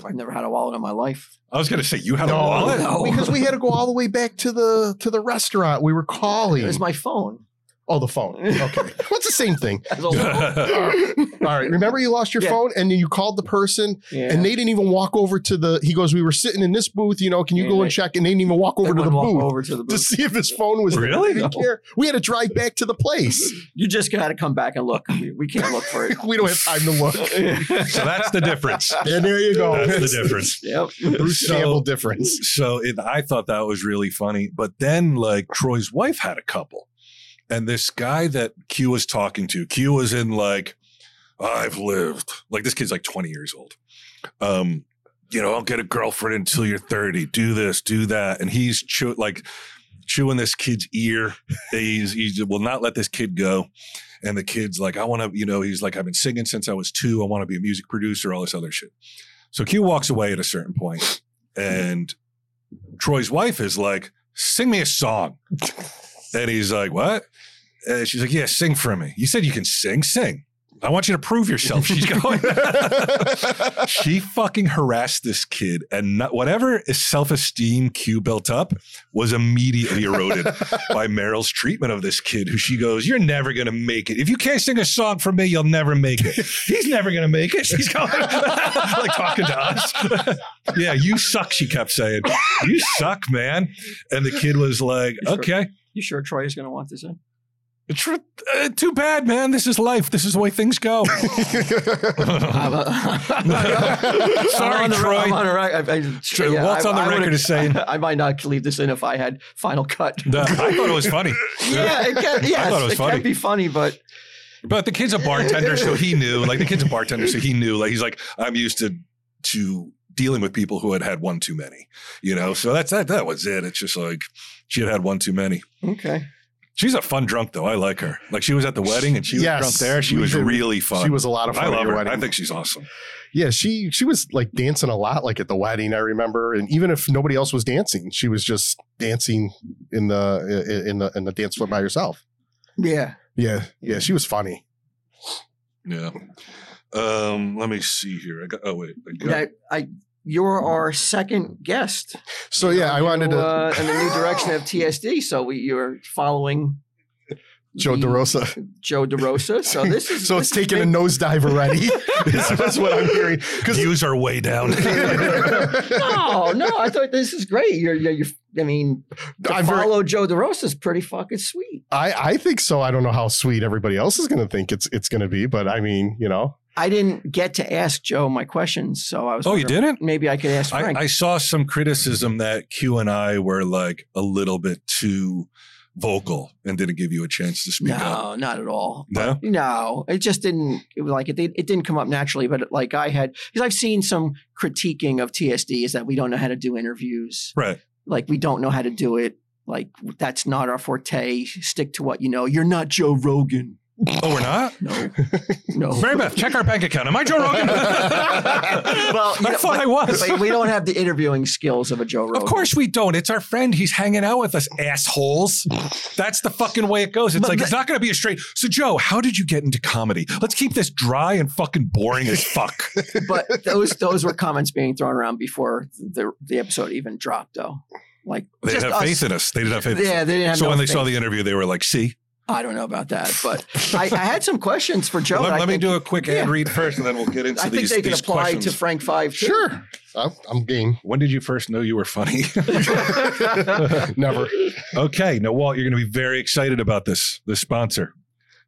S4: I've never had a wallet in my life.
S2: Oh, I was gonna say you had a wallet.
S4: no.
S1: because we had to go all the way back to the to the restaurant we were calling
S4: It was my phone.
S1: oh the phone okay what's the same thing
S4: It was a uh, wallet.
S1: all right remember you lost your
S4: Yeah.
S1: phone and then you called the person
S4: Yeah.
S1: and they didn't even walk over to the he goes we were sitting in this booth you know can you
S4: Yeah,
S1: go and
S4: they-
S1: check and they didn't even walk
S4: They
S1: over to the
S4: wouldn't walk
S1: booth
S4: Over to
S1: to
S4: the booth.
S1: see if his phone was there.
S2: Really?
S1: They didn't
S4: No.
S1: care. we had to drive back to the place
S4: You just got to come back and look. We, we can't look for it.
S1: we don't have time to look
S2: so that's the difference.
S1: and there you go
S2: That's the difference.
S4: Yep.
S1: bruce
S2: So-
S1: campbell difference
S2: So it, I thought that was really funny. But then, like, Troy's wife had a couple. And this guy that Q was talking to, Q was in, like, I've lived. Like, this kid's like 20 years old. Um, you know, don't get a girlfriend until you're 30. Do this, do that. And he's chew- like chewing this kid's ear. He's, he will not let this kid go. And the kid's like, I want to, you know, he's like, I've been singing since I was two. I want to be a music producer, all this other shit. So Q walks away at a certain point, and Troy's wife is like, "Sing me a song," and he's like, "What?" And she's like, "Yeah, sing for me." You said you can sing, sing. I want you to prove yourself. She's going. she fucking harassed this kid, and not, whatever self esteem Q built up was immediately eroded by Meryl's treatment of this kid. Who she goes, "You're never gonna make it. If you can't sing a song for me, you'll never make it." He's never gonna make it. She's going like talking to us. yeah, you suck. She kept saying, "You suck, man." And the kid was like,
S4: You sure-
S2: "Okay."
S4: You sure Troy is going to want this in?
S2: It's r- uh, too bad, man. This is life. This is the way things go.
S4: I'm, a-
S2: Sorry,
S4: I'm on the,
S2: Troy.
S4: I'm on the right. I, I,
S2: Troy, Walt's on the record
S4: would've-
S2: as saying-
S4: I, might not leave this in if I had final cut.
S2: No, I thought it was funny,
S4: yeah, it can, yes,
S2: thought it was
S4: it
S2: funny.
S4: can be funny, but
S2: but the kid's a bartender, so he knew. Like the kid's a bartender, so he knew. Like he's like, I'm used to to dealing with people who had had one too many, you know. So that's that. That was it. It's just like she had had one too many.
S4: okay.
S2: She's a fun drunk though. I like her. Like she was at the wedding and she was
S1: Yes,
S2: drunk there. She
S1: we
S2: was
S1: did.
S2: really fun.
S1: she was a lot of fun
S2: I
S1: at
S2: love
S1: your
S2: her.
S1: wedding.
S2: I think she's awesome.
S1: Yeah, she she was like dancing a lot, like at the wedding. I remember, and even if nobody else was dancing, she was just dancing in the in- in the in the dance floor by herself.
S4: Yeah.
S1: Yeah, yeah, she was funny.
S2: Yeah. Um, let me see here. I got oh wait. I got,
S4: I, I, you're our second guest.
S1: So yeah, I wanted to
S4: uh, in the new direction of TSD. So we, you're following
S1: Joe
S4: the-
S1: DeRosa.
S4: Joe DeRosa. So this is
S1: So it's
S4: this is
S1: taking a
S4: big-
S1: nosedive already. this is what I'm hearing. Because
S2: views are way down.
S4: no, Oh, no. I thought this is great. You're, you're, you're I mean, to
S1: I'm very,
S4: follow Joe DeRosa is pretty fucking sweet.
S1: I I think so. I don't know how sweet everybody else is going to think it's it's going to be, but I mean, you know,
S4: I didn't get to ask Joe my questions, so I was.
S2: oh, you
S4: wondering-
S2: didn't?
S4: Maybe I could ask Frank.
S2: I, I saw some criticism that Q and I were like a little bit too vocal and didn't give you a chance to speak up.
S4: no, not at all.
S2: No?
S4: No, it just didn't. It was like it, did- it didn't come up naturally. But like I had, because I've seen some critiquing of TSD is that we don't know how to do interviews.
S2: Right.
S4: Like we don't know how to do it. Like that's not our forte. Stick to what you know. You're not Joe Rogan.
S2: Oh, we're not?
S4: No, no.
S2: Mary Beth, check our bank account. Am I Joe Rogan?
S4: Well, you
S2: I
S4: know,
S2: thought I was.
S4: But we don't have the interviewing skills of a Joe Rogan.
S2: Of course we don't. It's our friend. He's hanging out with us, assholes. That's the fucking way it goes. It's
S4: But
S2: like
S4: the-
S2: it's not going to be a straight. So Joe, how did you get into comedy? Let's keep this dry and fucking boring as fuck.
S4: but those those were comments being thrown around before the the episode even dropped, though. Like
S2: they didn't
S4: just
S2: have
S4: us-
S2: faith in us. They didn't have faith. in us.
S4: Yeah, they didn't have.
S2: So
S4: no
S2: when they
S4: faith.
S2: saw the interview, they were like, "See."
S4: I don't know about that, but I, I had some questions for Joe.
S2: let
S4: that I
S2: let me
S4: think-
S2: do a quick ad
S4: Yeah.
S2: read first, and then we'll get into
S4: I think
S2: these,
S4: they can
S2: these
S4: apply
S2: questions.
S4: to Frank Five. Too.
S1: Sure. I'm, I'm game.
S2: when did you first know you were funny?
S1: Never.
S2: Okay, now Walt, you're going to be very excited about this. This sponsor,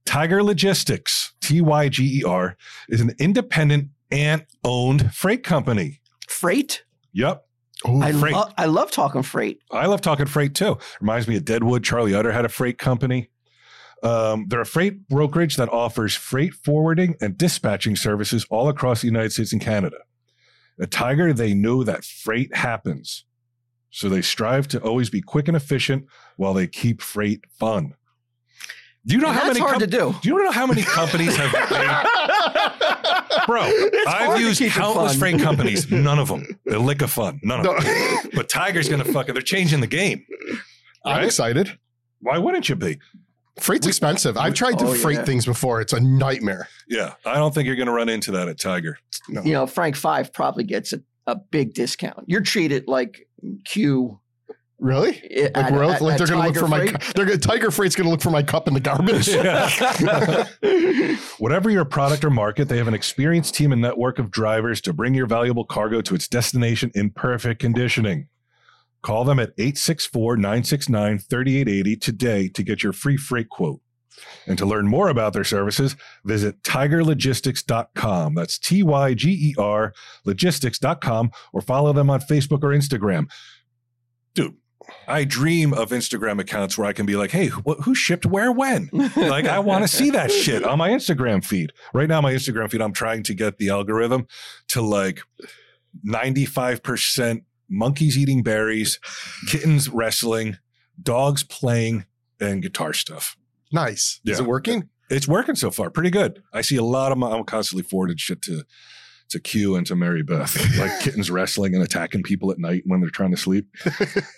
S2: Tiger Logistics (T Y G E R), is an independent and owned freight company.
S4: Freight.
S2: Yep,
S1: Ooh,
S4: I,
S2: Freight.
S4: lo- I love talking freight.
S2: I love talking freight too. Reminds me of Deadwood. Charlie Utter had a freight company. Um, they're a freight brokerage that offers freight forwarding and dispatching services all across the United States and Canada. At Tiger, they know that freight happens. So they strive to always be quick and efficient while they keep freight fun. Do you know
S4: And
S2: how
S4: that's
S2: many com-
S4: hard to do.
S2: do you know how many companies have made- Bro,
S1: It's
S2: I've
S4: hard to
S2: used
S4: keep it
S2: countless
S4: fun.
S2: freight companies, none of them. They're lick of fun. None of
S1: No.
S2: them. But Tiger's gonna fucking they're changing the game.
S1: I'm
S2: Right?
S1: excited.
S2: Why wouldn't you be?
S1: Freight's expensive. I've tried to
S4: Oh,
S1: freight
S4: yeah.
S1: things before. It's a nightmare.
S2: Yeah, I don't think you're going to run into that at Tiger.
S1: No.
S4: You know, Frank Five probably gets a, a big discount. You're treated like Q.
S1: Really?
S4: Like
S1: Like we're out- like they're going to look for my cu- they're gonna, Tiger Freight's going to look for my cup in the garbage.
S2: Whatever your product or market, they have an experienced team and network of drivers to bring your valuable cargo to its destination in perfect conditioning. Call them at 864 969 3880 today to get your free freight quote. And to learn more about their services, visit tigerlogistics.com. That's T Y G E R logistics.com or follow them on Facebook or Instagram. Dude, I dream of Instagram accounts where I can be like, hey, wh- who shipped where when? Like, I want to see that shit on my Instagram feed. Right now, my Instagram feed, I'm trying to get the algorithm to like 95% monkeys eating berries, kittens wrestling, dogs playing, and guitar stuff.
S1: nice. Is
S2: Yeah.
S1: it working?
S2: It's working so far, pretty good. I see a lot of my, I'm constantly forwarded shit to, to Q and to Mary Beth, like kittens wrestling and attacking people at night when they're trying to sleep.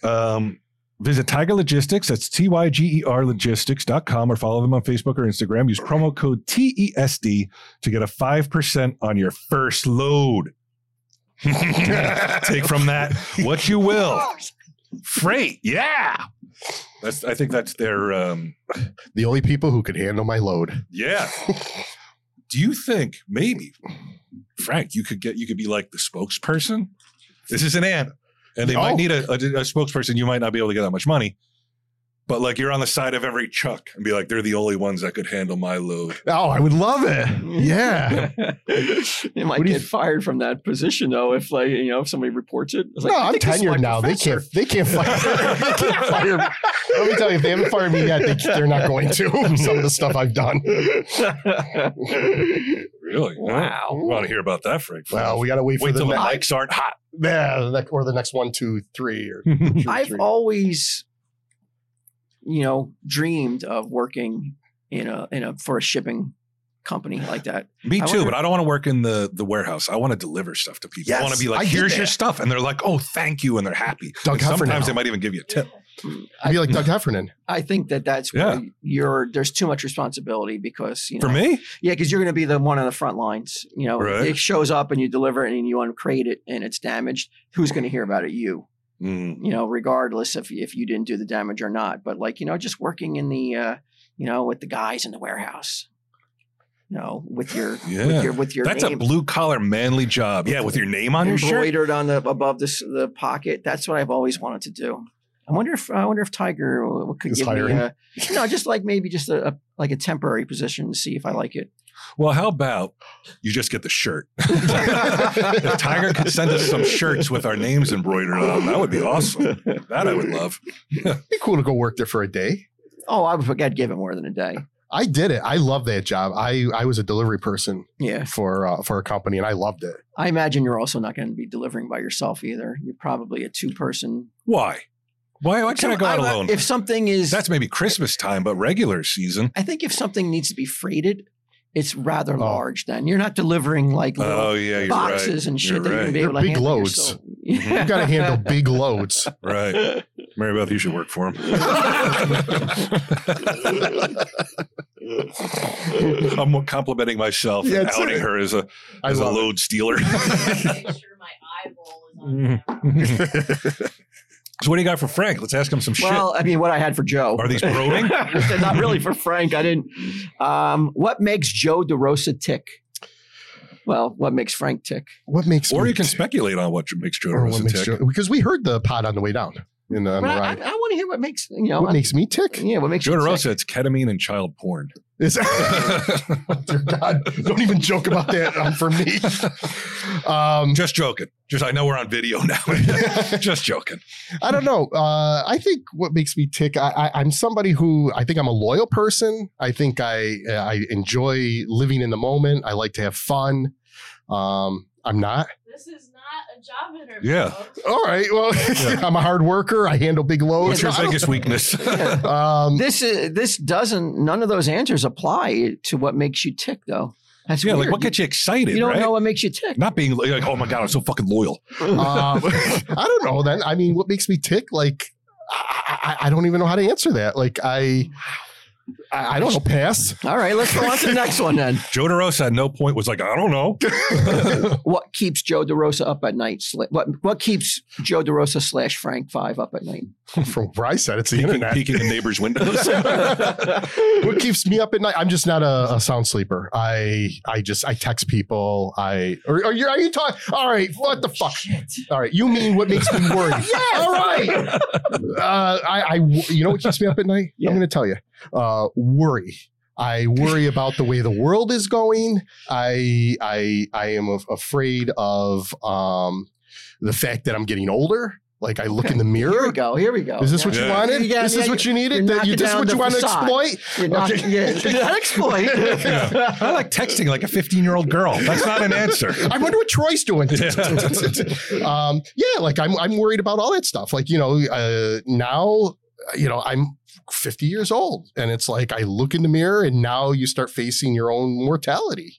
S2: Um, visit Tiger Logistics. That's T Y G E R logistics.com or follow them on Facebook or Instagram. Use promo code TESD to get a 5% on your first load. Take from that what you will. Freight. Yeah. That's, I think that's their, um,
S1: The only people who could handle my load.
S2: yeah. Do you think maybe, Frank, you could get, you could be like the spokesperson? This is an ad. And they might
S1: Oh.
S2: need a, a, a spokesperson. You might not be able to get that much money. But like you're on the side of every chuck and be like, they're the only ones that could handle my load.
S1: Oh, I would love it. Yeah.
S4: you might
S1: What do you
S4: get fired from that position though if like you know if somebody reports it. It's like,
S1: no,
S4: "I
S1: I'm
S4: think this is my
S1: tenured now.
S4: professor."
S1: They can't. They can't fire. they can't fire me. Let me tell you, if they haven't fired me yet, they, they're not going to. Some of the stuff I've done.
S2: Really? Wow. We want to hear about that, Frank.
S1: Well, we got to wait,
S2: wait
S1: for the,
S2: till the
S1: next.
S2: mics aren't hot.
S1: Yeah, the next- or the next one, two, three, or two,
S4: I've
S1: three.
S4: always, you know, dreamed of working in a in a for a shipping company like that.
S2: Me
S4: I
S2: too,
S4: wonder-
S2: but I don't want to work in the, the warehouse. I want to deliver stuff to people. I
S1: Yes,
S2: want to be
S1: I
S2: like,
S1: did
S2: here's your
S1: that.
S2: stuff. And they're like, oh, thank you. And they're happy.
S1: Doug
S2: And sometimes
S1: Heffernan.
S2: they might even give you a tip.
S1: I'd be like Doug Heffernan.
S4: I think that that's where you're there's too much responsibility because you know
S2: For me?
S4: yeah because you're going to be the one on the front lines. You know,
S2: Right.
S4: it shows up and you deliver it and you uncrate it and it's damaged. Who's going to hear about it? You.
S2: Mm.
S4: You know, regardless if if you didn't do the damage or not. But like you know, just working in the uh, you know with the guys in the warehouse. You know, with your
S2: Yeah.
S4: with your with your
S2: That's a
S4: name.
S2: blue collar manly job. Yeah, with your name on your shirt.
S4: embroidered on the above this the pocket. That's what I've always wanted to do. I wonder if I wonder if Tiger uh, w- could
S1: Is
S4: give
S1: hiring.
S4: me a, no, just like maybe just a, a- like a temporary position to see if I like it.
S2: Well, how about you just get the shirt? if Tiger could send us some shirts with our names embroidered on them, that would be awesome. That I would love.
S1: It'd be cool to go work there for a day.
S4: Oh, I would I'd give it more than a day.
S1: I did it. I love that job. I I was a delivery person
S4: Yeah,
S1: for uh, for a company, and I loved it.
S4: I imagine you're also not going to be delivering by yourself either. You're probably a two person.
S2: Why? Why, why can't I go out
S4: I-
S2: alone?
S4: If something is,
S2: That's maybe Christmas time, but regular season.
S4: I think if something needs to be freighted, it's rather large. Then you're not delivering like little
S2: Oh yeah, you're
S4: boxes and shit
S2: You're
S4: that you're gonna
S2: right.
S4: be able to
S1: Big
S4: handle
S1: loads.
S4: yourself.
S1: You got to handle big loads.
S2: right. Right. Mary Beth, you should work for him. I'm complimenting myself
S1: Yeah,
S2: and
S1: it's-
S2: outing her as a
S1: I
S2: as a
S1: love it.
S2: load stealer.
S6: Make sure my eyeball is
S2: Mm-hmm.
S6: on camera.
S2: so what do you got for Frank? Let's ask him some
S4: Well, I mean, what I had for Joe.
S2: Are these brooding?
S4: Not really for Frank. I didn't. Um, what makes Joe DeRosa tick? Well, what makes Frank tick?
S1: What makes
S2: shit. Or
S1: me
S2: you can
S1: tick?
S2: speculate on what makes Joe
S1: Or what
S2: DeRosa
S1: makes
S2: tick.
S1: Joe- because we heard the pod on the way down in the, on the
S4: But I, I,
S1: ride.
S4: I want to hear what makes you know.
S1: what makes me tick?
S4: yeah, what makes
S2: Joe
S4: you tick.
S2: DeRosa, it's ketamine and child porn.
S1: Is- Dear God, don't even joke about that um, for me. Um,
S2: Just joking. Just I know we're on video now. Just joking.
S1: I don't know. Uh, I think what makes me tick. I, I, I'm somebody who I think I'm a loyal person. I think I uh, I enjoy living in the moment. I like to have fun. Um, I'm not.
S6: This is not a job interview.
S2: Yeah. Oh.
S6: folks.
S1: All right. Well,
S2: Yeah.
S1: I'm a hard worker. I handle big loads.
S2: What's your
S1: I don't-
S2: biggest weakness?
S4: Yeah.
S1: Um,
S4: This is this doesn't. None of those answers apply to what makes you tick, though. That's
S2: yeah, like
S4: weird.
S2: what gets you excited?
S4: you, you don't
S2: right?
S4: know what makes you tick.
S2: Not being like, oh my god, I'm so fucking loyal.
S1: um, I don't know. Then I mean, what makes me tick? Like, I, I, I don't even know how to answer that. Like, I, I, I don't know. Pass.
S4: All right, let's go on to the next one then.
S2: Joe DeRosa at no point was like, I don't know.
S4: What keeps Joe DeRosa up at night? Sla- What what keeps Joe DeRosa slash Frank Five up at night?
S1: From where I said, it's the
S2: Peeking,
S1: internet.
S2: peeking in neighbors' windows.
S1: what keeps me up at night? I'm just not a, a sound sleeper. I I just I text people. I or are you are you talking? All right, what the fuck? All right, you mean what makes me worried? All right, uh, I I you know what keeps me up at night?
S4: Yeah.
S1: I'm going to tell you. Uh, worry. I worry about the way the world is going. I I I am af- afraid of um the fact that I'm getting older. Like I look in the
S4: Here we
S1: mirror.
S4: go. Here we go.
S1: Is this what you
S2: Yeah.
S1: wanted?
S4: You got-
S1: this is
S4: yeah,
S1: what you
S4: you're
S1: needed? That you,
S4: knocking
S1: this is
S4: down
S1: what
S4: the
S1: you want to
S4: facade.
S1: exploit?
S4: You're not,
S1: Okay.
S4: yeah, that exploit.
S1: Yeah.
S2: I like texting like a 15 year old girl. That's not an answer.
S1: I wonder what Troy's doing.
S2: Yeah.
S1: um, yeah, like I'm, I'm worried about all that stuff. Like, you know, uh, now, you know, I'm 50 years old and it's like I look in the mirror and now you start facing your own mortality.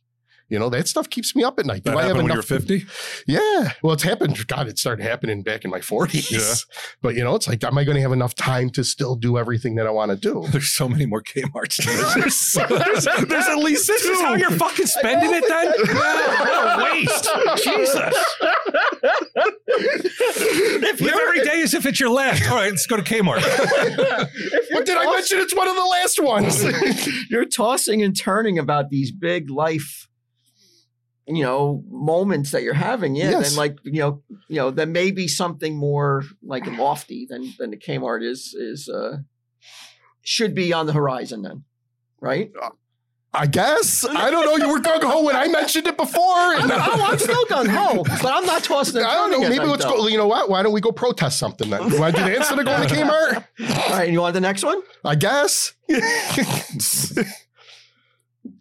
S1: You know, that stuff keeps me up at night. Do
S2: That
S1: I have
S2: happened when you were
S1: enough?
S2: 50?
S1: Yeah. Well, it's happened. God, it started happening back in my 40s.
S2: Yeah.
S1: But, you know, it's like, am I going to have enough time to still do everything that I want to do?
S2: There's so many more Kmart's.
S1: There's- there's- there's at least
S2: This is
S1: two.
S2: how you're fucking spending it then? What a waste. Jesus.
S1: if
S2: Live every day as if it's your last. All right, let's go to Kmart.
S1: What did I mention? It's one of the last ones.
S4: You're tossing and turning about these big life, you know, moments that you're having. Yeah,
S1: Yes.
S4: then like you know, you know, then maybe something more like lofty than than the Kmart is is uh should be on the horizon then, right?
S1: I guess. I don't know. You were gung ho when I mentioned it before.
S4: I'm,
S1: And
S4: oh, I'm still gung ho, but I'm not tossing. And
S1: I don't know.
S4: turning at
S1: Maybe
S4: night,
S1: let's
S4: though.
S1: go. You know what? Why don't we go protest something then? You want to do that instead of going to Kmart?
S4: All right, you want the next one?
S1: I guess.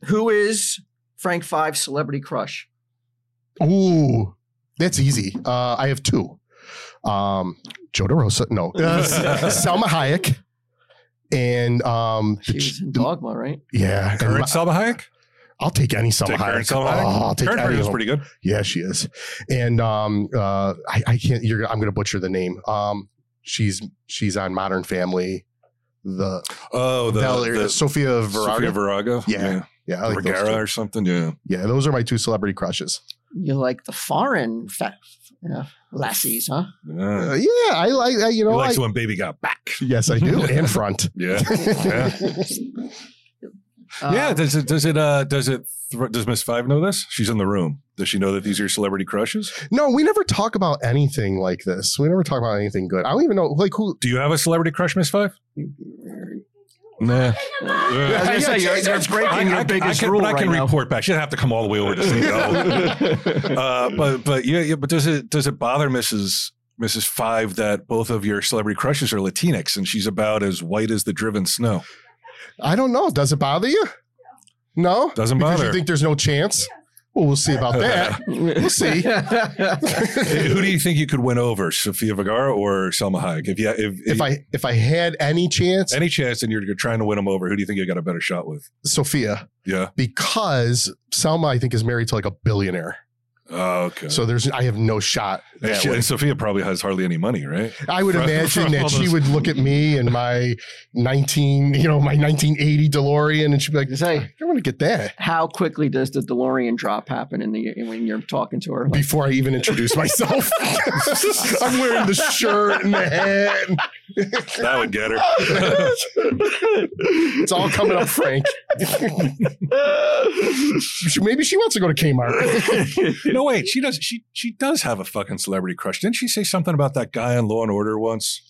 S4: Who is Frank Five celebrity crush?
S1: Ooh, that's easy. Uh, I have two. Um, Joe DeRosa. No. Uh, Selma Hayek. And um,
S4: She was in Dogma, right?
S1: yeah, and
S2: Current
S1: my-
S2: Salma Hayek?
S1: I'll take any Selma
S2: Take
S1: Hayek.
S2: current Salma
S1: Oh,
S2: Hayek?
S1: I'll take
S2: current
S1: any
S2: Hayek
S1: of
S2: is
S1: them.
S2: pretty good.
S1: Yeah, she is. And um, uh, I, I can't. You're. I'm going to butcher the name. Um, she's she's on Modern Family. The,
S2: Oh, the,
S1: Valerie-
S2: the
S1: Sophia Vergara.
S2: Sophia Virago?
S1: Yeah. yeah, I like those
S2: Vergara
S1: two.
S2: or something. Yeah.
S1: Yeah, those are my two celebrity crushes.
S4: You like the foreign fa- you know, lassies, huh?
S2: yeah.
S1: Uh, yeah, I like. I, you
S2: He
S1: know, I,
S2: likes when baby got back.
S1: yes, I do. and front.
S2: Yeah. Yeah.
S4: Uh, Um,
S2: yeah. Does it, does it, uh, does it, thr does Miss Five know this? She's in the room. Does she know that these are your celebrity crushes?
S1: No, we never talk about anything like this. We never talk about anything good. I don't even know. Like who?
S2: Do you have a celebrity crush, Miss Five? Nah.
S4: I was gonna say, you're, you're breaking your biggest
S2: can,
S4: rule
S2: but I can
S4: right now.
S2: report back. She'll have to come all the way over to see uh, but but yeah, yeah, but does it does it bother Mrs. Mrs. Five that both of your celebrity crushes are Latinx and she's about as white as the driven snow?
S1: I don't know. Does it bother you? No,
S2: Doesn't
S1: because
S2: bother.
S1: you think there's no chance. Well, we'll see about that.
S4: We'll
S1: see.
S2: Hey, Who do you think you could win over, Sofia Vergara or Selma Hayek? If you, if,
S1: if I if I had any chance,
S2: any chance and you're, you're trying to win them over, who do you think you got a better shot with?
S1: Sophia,
S2: Yeah.
S1: because Selma, I think, is married to like a billionaire.
S2: Oh, okay.
S1: So there's I have no shot.
S2: and,
S1: that
S2: she-
S1: way.
S2: and Sophia probably has hardly any money, right?
S1: I would
S2: From-
S1: imagine
S2: from all
S1: that she
S2: those-
S1: would look at me and my 19, you know, my 1980 DeLorean, and she'd be like,
S5: It's
S1: "I
S5: like-
S1: want to get that."
S4: How quickly does the DeLorean drop happen in the when you're talking to her? Like,
S1: Before I even introduce myself, I'm wearing the shirt and the hat. and-
S2: That would get her.
S1: It's all coming up, Frank. She- Maybe she wants to go to Kmart.
S2: no, wait. She does. She she does have a fucking celebrity crush. Didn't she say something about that guy on Law and Order once?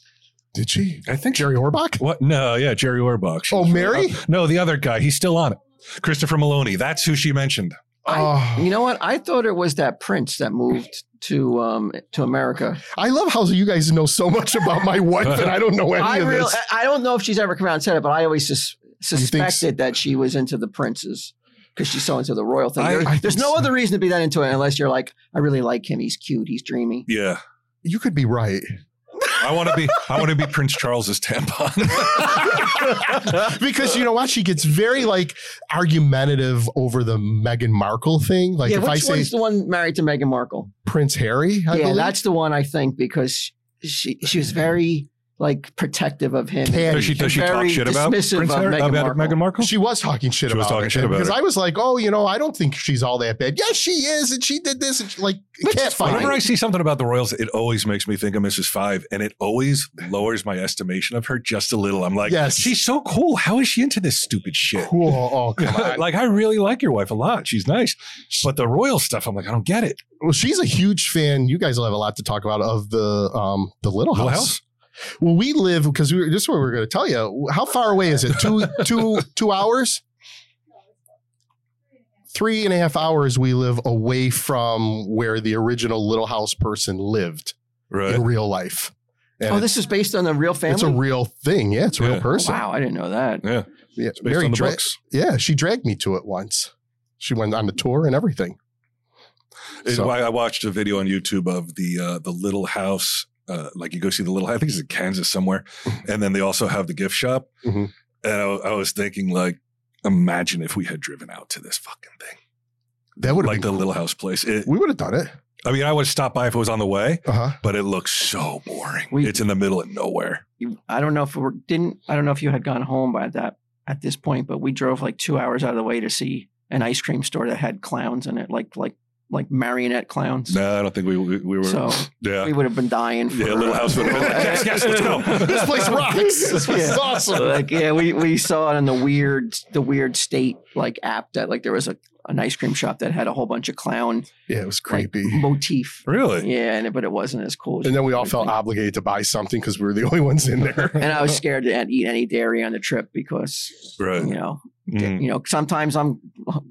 S1: Did she?
S2: I think.
S1: Jerry Orbach?
S2: What? No, yeah, Jerry Orbach. She
S1: Oh,
S2: was-
S1: Mary?
S2: no, the other guy. He's still on it. Christopher Maloney. That's who she mentioned.
S1: Oh.
S4: you know what? I thought it was that prince that moved to um to America.
S1: I love how you guys know so much about my wife, and I don't know any
S4: I
S1: of
S4: real,
S1: this.
S4: I I don't know if she's ever come out and said it, but I always sus-
S1: think so?
S4: suspected that she was into the princes because she's so into the royal thing.
S2: I-
S4: There-
S1: I think
S4: there's no
S1: so.
S4: other reason to be that into it unless you're like, I really like him. He's cute. He's dreamy.
S2: Yeah.
S1: You could be right.
S2: I want to be. I want to be Prince Charles's tampon.
S1: because you know what? She gets very like argumentative over the Meghan Markle thing. Like
S4: yeah,
S1: if
S4: which
S1: I say
S4: one's the one married to Meghan Markle?
S1: Prince Harry, I
S4: yeah,
S1: believe.
S4: that's the one I think because she she was very like protective of him.
S1: Catty.
S2: does she, does she talk
S4: Very
S2: shit about Prince
S4: dismissive of
S2: Harry?
S4: Meghan
S2: about Meghan
S4: Markle.
S2: Markle?
S1: she was talking shit
S2: She was
S1: about
S2: talking
S1: it,
S2: shit about
S1: because
S2: it.
S1: I was like, oh, you know, I don't think she's all that bad. Yes, she is, and she did this, and she, like
S4: Which is
S1: cat
S2: Whenever I
S1: fight.
S2: see something about the Royals, it always makes me think of Mrs. Five, and it always lowers my estimation of her just a little. I'm like,
S1: Yes.
S2: she's so cool. How is she into this stupid shit?
S1: Cool. Oh, come on.
S2: like, I really like your wife a lot. She's nice, but the royal stuff, I'm like, I don't get it.
S1: Well, she's a huge fan. You guys will have a lot to talk about of the um the Little House.
S2: Little
S1: Well, we live because we were, this is what we were going to tell you. How far away is it? Two two two hours. Three and a half hours we live away from where the original Little House person lived
S2: Right.
S1: in real life. And
S4: Oh, this is based on a real family.
S1: it's a real thing. Yeah, it's a
S2: Yeah.
S1: real person.
S4: Wow, I didn't know that.
S2: Yeah.
S1: Yeah,
S2: It's based
S1: Mary
S2: on the
S1: dra-
S2: books.
S1: yeah, she dragged me to it once. She went on the tour and everything.
S2: It's
S1: So-
S2: why I watched a video on YouTube of the uh, the Little House. Uh, like you go see the Little House. I think it's in Kansas somewhere,
S1: Mm-hmm.
S2: and then they also have the gift shop.
S1: Mhm.
S2: And I, I was thinking, like, imagine if we had driven out to this fucking thing,
S1: That would have
S2: like the
S1: been
S2: Little House place. It,
S1: we would have done it.
S2: I mean, I would stop by if it was on the way,
S1: Uh-huh.
S2: but it looks so boring.
S4: We-
S2: it's in the middle of nowhere.
S4: You- I don't know if we were, didn't. I don't know if you had gone home by that at this point, but we drove like two hours out of the way to see an ice cream store that had clowns in it, like like like marionette clowns.
S2: No, I don't think we we, we were.
S4: So
S2: yeah,
S4: we would have been dying. For,
S2: yeah. Little house would have been like, yes, yes, let's go.
S1: This place rocks. This place is
S4: Yeah.
S1: awesome.
S4: like yeah, we we saw it on the weird the weird state like app that like there was a an ice cream shop that had a whole bunch of clown
S1: Yeah, it was
S4: like,
S1: creepy.
S4: motif.
S2: Really?
S4: Yeah, and it, but it wasn't as cool.
S1: And then we all
S4: Like,
S1: felt obligated to buy something because we were the only ones in there.
S4: And I was scared to eat any dairy on the trip because
S2: Right.
S4: you know
S2: Mm,
S4: you know sometimes I'm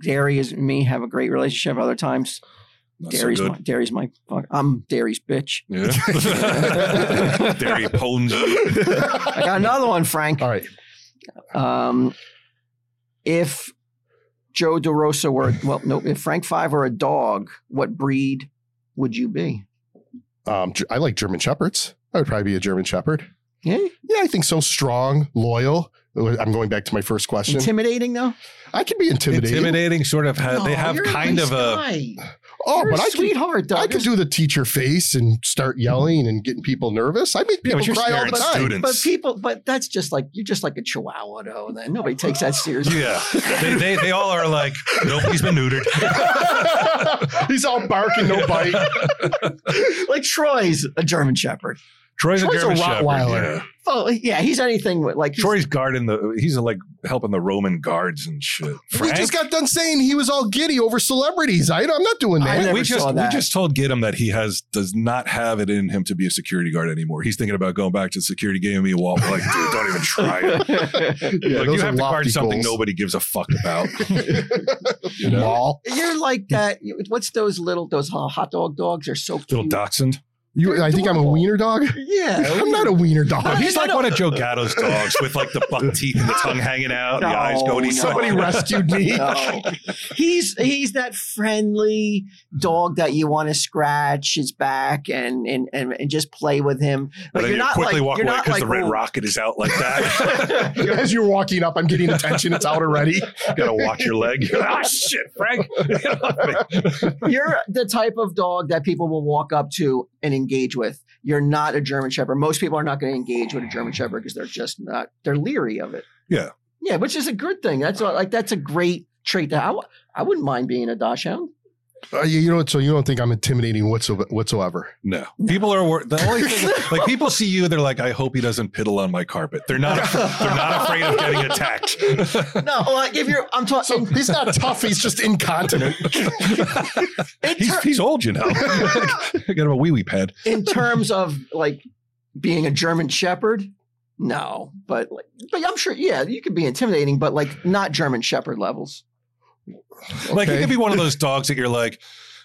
S4: dairy is me have a great relationship. Other times
S2: not so
S4: dairy's
S2: good.
S4: my dairy's my fuck. I'm dairy's bitch.
S2: Yeah. Dairy pones.
S4: I got another one, Frank.
S1: all right.
S4: Um, if Joe DeRosa were well, no, if Frank Five were a dog, what breed would you be?
S1: Um, Ge- I like German Shepherds. I would probably be a German Shepherd.
S4: Yeah,
S1: Yeah, I think so. Strong, loyal. I'm going back to my first question.
S4: intimidating though.
S1: I can be intimidating.
S2: Intimidating, sort of. Ha- Uh, they
S4: Aw,
S2: have
S4: you're
S2: kind
S4: nice
S2: of a.
S4: guy.
S1: Oh,
S4: You're
S1: but
S4: a
S1: I can,
S4: sweetheart. Doug.
S1: I can do the teacher face and start yelling and getting people nervous. I make
S2: Mm-hmm. Yeah,
S1: people
S2: but you're
S1: cry all
S2: staring
S1: the
S2: at
S1: time.
S2: students.
S4: But people, but that's just like you're just like a chihuahua though. Then nobody takes that seriously.
S2: yeah, they, they they all are like nobody's been neutered.
S1: He's all barking, no bite.
S4: like Troy's a German Shepherd.
S2: Troy's,
S1: Troy's a
S2: a German Shepherd,
S1: Rottweiler.
S2: yeah.
S4: Oh yeah, he's anything with like he's-
S2: Troy's guarding the. He's like helping the Roman guards and shit.
S1: We
S2: Frank?
S1: just got done saying he was all giddy over celebrities. I, I'm not doing
S4: I
S1: that.
S4: never
S2: we just
S4: saw that.
S2: we just told Gidim that he has does not have it in him to be a security guard anymore. He's thinking about going back to security, giving me a wall. Like, dude, don't even try it.
S1: Yeah,
S2: Like,
S1: those
S2: you
S1: are
S2: have to guard
S1: lofty
S2: something
S1: goals.
S2: nobody gives a fuck about.
S1: you know?
S4: You're like that. What's those little those hot dog dogs? Are so cute.
S2: Little dachshund.
S1: You, I think I'm a
S4: adorable.
S1: wiener dog.
S4: Yeah.
S2: Oh.
S1: I'm not a wiener dog.
S2: He's like one of Joe Gatto's dogs with like the buck teeth and the tongue hanging out, and the
S4: No,
S2: eyes going.
S4: no.
S2: He's
S1: Somebody rescued me.
S4: No. he's he's that friendly dog that you want to scratch his back and and and, and just play with him.
S2: But then you quickly walk away because the red
S4: "Oh,
S2: rocket is out like that.
S1: As you're walking up, I'm getting attention. It's out already.
S2: Gotta watch your leg. You're like, ah, shit, Frank. Get off me."
S4: You're the type of dog that people will walk up to and engage with. You're not a German Shepherd. Most people are not going to engage with a German Shepherd because they're just not. They're leery of it.
S2: Yeah.
S4: Yeah, which is a good thing. That's what, like that's a great trait that I, w- I wouldn't mind being a Dachshund.
S1: Uh, you, you know, so you don't think I'm intimidating whatsoever. whatsoever.
S2: No, people are wor- the only thing. Like people see you, they're like, "I hope he doesn't piddle on my carpet." They're not. af- they're not afraid of getting attacked.
S4: No, like if you're, I'm talking.
S1: So he's not tough. He's just incontinent.
S4: in,
S2: he's,
S4: ter-
S2: he's old, you know. I got him a wee wee pad.
S4: in terms of like being a German Shepherd, no, but like, but I'm sure, yeah, you could be intimidating, but like not German Shepherd levels.
S2: Like he
S1: Okay.
S2: could be one of those dogs that you're like,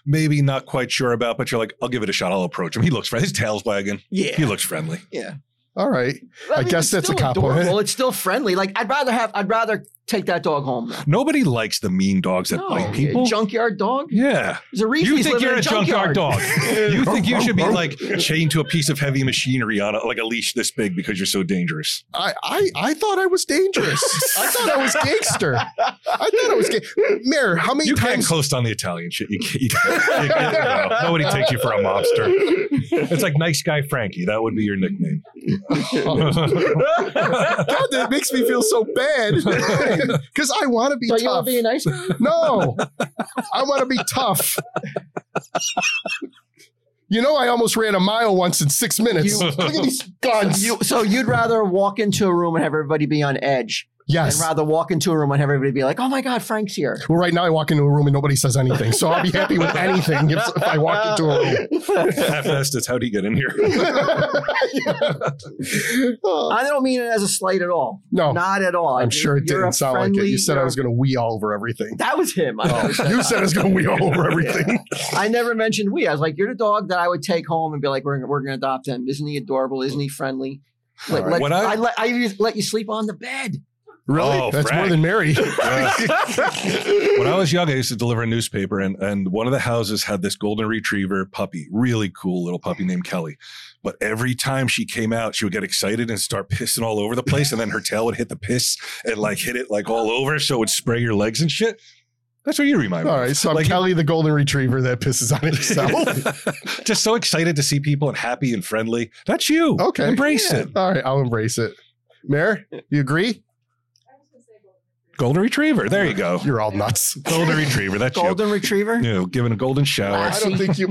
S2: maybe not quite sure about, but you're like, "I'll give it a shot. I'll approach him." He looks friendly. His tail's wagging.
S4: Yeah,
S2: He looks friendly.
S4: yeah.
S1: All right. I guess
S4: it's
S1: that's a
S4: still
S1: compliment.
S4: adorable. It's still friendly. Like I'd rather have, I'd rather take that dog home. though.
S2: Nobody likes the mean dogs that
S4: No,
S1: Oh,
S2: bite people.
S4: junkyard dog.
S2: yeah.
S4: There's a reason
S2: You
S4: he's
S2: think
S4: living
S2: you're
S4: in
S2: a junkyard dog. you think you should be like chained to a piece of heavy machinery on a, like a leash this big because you're so dangerous.
S1: I, I, I thought I was dangerous. I thought I was gangster. I thought I was ga- Mayor, how many
S2: You can't
S1: times?
S2: coast on the Italian shit. You can't. You can't- you know, nobody takes you for a mobster. It's like nice guy Frankie. That would be your nickname.
S1: God, that makes me feel so bad because I want to be
S4: So you
S1: tough.
S4: want to be a nice guy?
S1: no, I want to be tough. You know, I almost ran a mile once in six minutes.
S2: You-
S1: Look at these guns.
S4: You, so you'd rather walk into a room and have everybody be on edge,
S1: yes.
S4: and rather walk into a room and have everybody be like, "Oh my God, Frank's here."
S1: well, right now I walk into a room and nobody says anything, so I'll be happy with anything if, if I walk into a room.
S2: Half Estes, how'd he get in here?
S1: Oh,
S4: I don't mean it as a slight at all.
S1: no,
S4: Not at all.
S1: Oh. I'm sure it
S4: You're a
S1: didn't sound like it.
S4: friendly-
S1: You said I
S4: you're a-
S1: was Oh. going to wee all over everything.
S4: That was him. I,
S2: Oh,
S4: never said
S1: You
S4: that.
S1: said I was going to wee all over everything.
S4: I never mentioned we. I was like, you're the dog that I would take home and be like, we're, we're going to adopt him. Isn't he adorable? Isn't he friendly?
S1: All
S4: Let,
S1: right.
S4: let-
S2: When I-
S4: I, let, I even let you sleep on the bed.
S1: Really?
S2: Oh,
S1: That's
S2: Frank.
S1: more than Mary.
S2: when I was young, I used to deliver a newspaper, and, and one of the houses had this golden retriever puppy, really cool little puppy named Kelly. But every time she came out, she would get excited and start pissing all over the place, and then her tail would hit the piss and like hit it like all over, so it would spray your legs and shit. That's what you remind me.
S1: All
S2: of.
S1: right, so I'm
S2: Like-
S1: Kelly the golden retriever that pisses on himself.
S2: Just so excited to see people and happy and friendly. That's you.
S1: Okay.
S2: embrace it.
S1: All right, I'll embrace it. Mayor, you agree?
S6: I was gonna say golden
S2: Golden retriever. There you go.
S1: You're all nuts.
S2: Golden retriever. That's
S4: Golden retriever?
S2: you. You know, given a golden shower.
S1: I don't think you.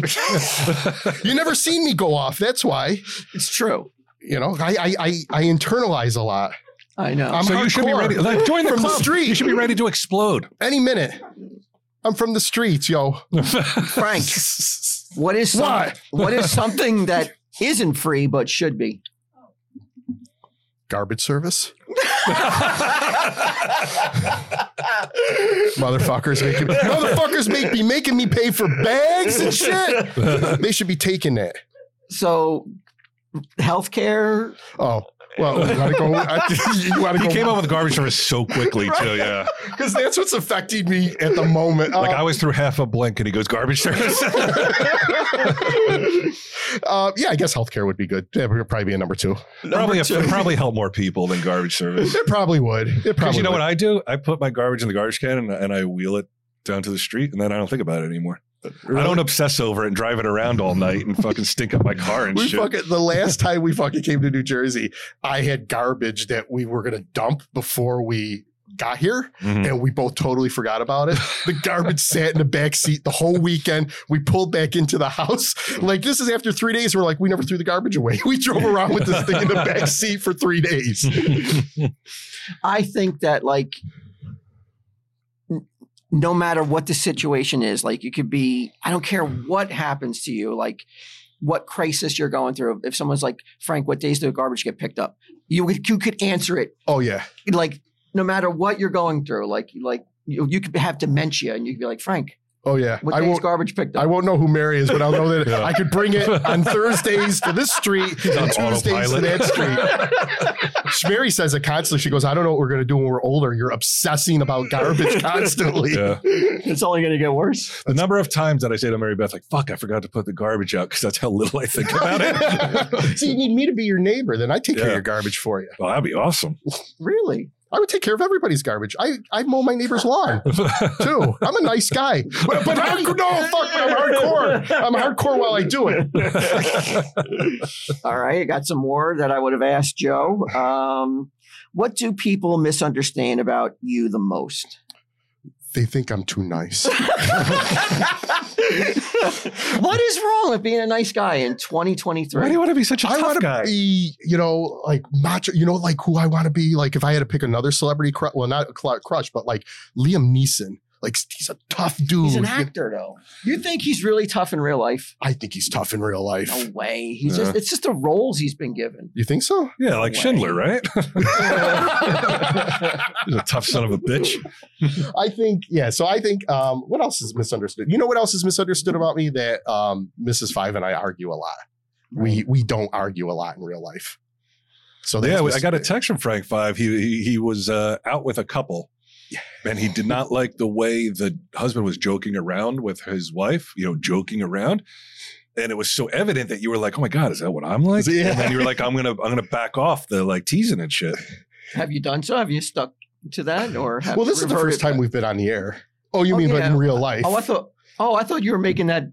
S1: you never seen me go off. That's why.
S4: It's true.
S1: You know, I I I, I internalize a lot.
S4: I know.
S1: I'm
S2: so you should be
S1: hardcore.
S2: ready. Like, join the
S1: From the
S2: club.
S1: street.
S2: You should be ready to explode.
S1: Any minute. I'm from the streets, yo.
S4: Frank, what is, some-
S1: What?
S4: what is something that isn't free but should be?
S1: Garbage service. Motherfuckers making motherfuckers make be making me pay for bags and shit. They should be taking that.
S4: So, healthcare?
S1: Oh well, you gotta go. I, you gotta
S2: he
S1: go
S2: came up with garbage service so quickly too. Yeah,
S1: because that's what's affecting me at the moment.
S2: like
S1: Uh,
S2: I was through half a blank, and he goes garbage service.
S1: uh, yeah, I guess healthcare would be good. That would probably be a number two.
S2: probably it'd probably help more people than garbage service.
S1: It probably would. It
S2: Because
S1: probably.
S2: you know
S1: would.
S2: what I do? I put my garbage in the garbage can and, and I wheel it down to the street, and then I don't think about it anymore. I don't obsess over it and drive it around all night and fucking stink up my car and
S1: we
S2: shit.
S1: fucking the last time we fucking came to New Jersey, I had garbage that we were gonna dump before we got here,
S2: Mhm.
S1: and we both totally forgot about it. The garbage sat in the back seat the whole weekend. We pulled back into the house. Like this is after three days. We're like, we never threw the garbage away. We drove around with this thing in the back seat for three days.
S4: I think that like n- no matter what the situation is, like you could be I don't care what happens to you, like what crisis you're going through. If someone's like, "Frank, what days do the garbage get picked up?" You would- you could answer it
S1: Oh yeah.
S4: like no matter what you're going through, like like you, you could have dementia and you could be like, "Frank,
S1: Oh yeah,
S4: What
S1: I
S4: day's
S1: won't.
S4: garbage picked up?
S1: I won't know who Mary is, but I'll know that
S2: Yeah.
S1: I could bring it on Thursdays to this street
S2: on
S1: and Tuesdays to
S2: autopilot.
S1: that street. Mary says it constantly. She goes, "I don't know what we're gonna do when we're older. You're obsessing about garbage constantly."
S2: Yeah.
S4: it's only going to get worse.
S2: The number of times that I say to Mary Beth, like, fuck, I forgot to put the garbage out because that's how little I think about it.
S1: so you need me to be your neighbor, then I take care of
S2: Yeah.
S1: your garbage for you.
S2: well, that'd be awesome.
S4: Really?
S1: I would take care of everybody's garbage. I, I mow my neighbor's lawn too. I'm a nice guy, but, but hard, no, fuck, but I'm hardcore. I'm hardcore while I do it.
S4: All right, I got some more that I would have asked Joe. Um, what do people misunderstand about you the most?
S1: They think I'm too nice.
S4: what is wrong with being a nice guy in 2023?
S2: Why do you want to be such a
S1: I
S2: tough
S1: want to
S2: guy?
S1: be, you know, like macho, you know, like who I want to be. Like if I had to pick another celebrity, cru- well, not a cl- crush, but like Liam Neeson. Like he's a tough dude.
S4: He's an actor, though. You think he's really tough in real life?
S1: I think he's tough in real life.
S4: No way. He's
S2: Yeah.
S4: just it's just the roles he's been given.
S1: You think so?
S2: yeah, like
S4: Way.
S2: Schindler, right? He's a tough son of a bitch.
S1: I think, yeah. So I think, um, what else is misunderstood? You know what else is misunderstood about me? That um, Mrs. Five and I argue a lot. We we don't argue a lot in real life. So that's
S2: yeah, I
S1: mis-
S2: got a text from Frank Five. He he, he was uh, out with a couple, and he did not like the way the husband was joking around with his wife. You know, joking around, and it was so evident that you were like, "Oh my god, is that what I'm like?"
S1: Yeah.
S2: And then you were like, "I'm gonna I'm gonna back off the like teasing and shit."
S4: Have you done so? Have you stuck to that, or have
S1: Well, this is the first
S4: reverted
S1: time
S4: back?
S1: we've been on the air. Oh, you
S4: Oh,
S1: mean but
S4: yeah.
S1: in real life?
S4: Oh, I thought. Oh, I thought you were making that.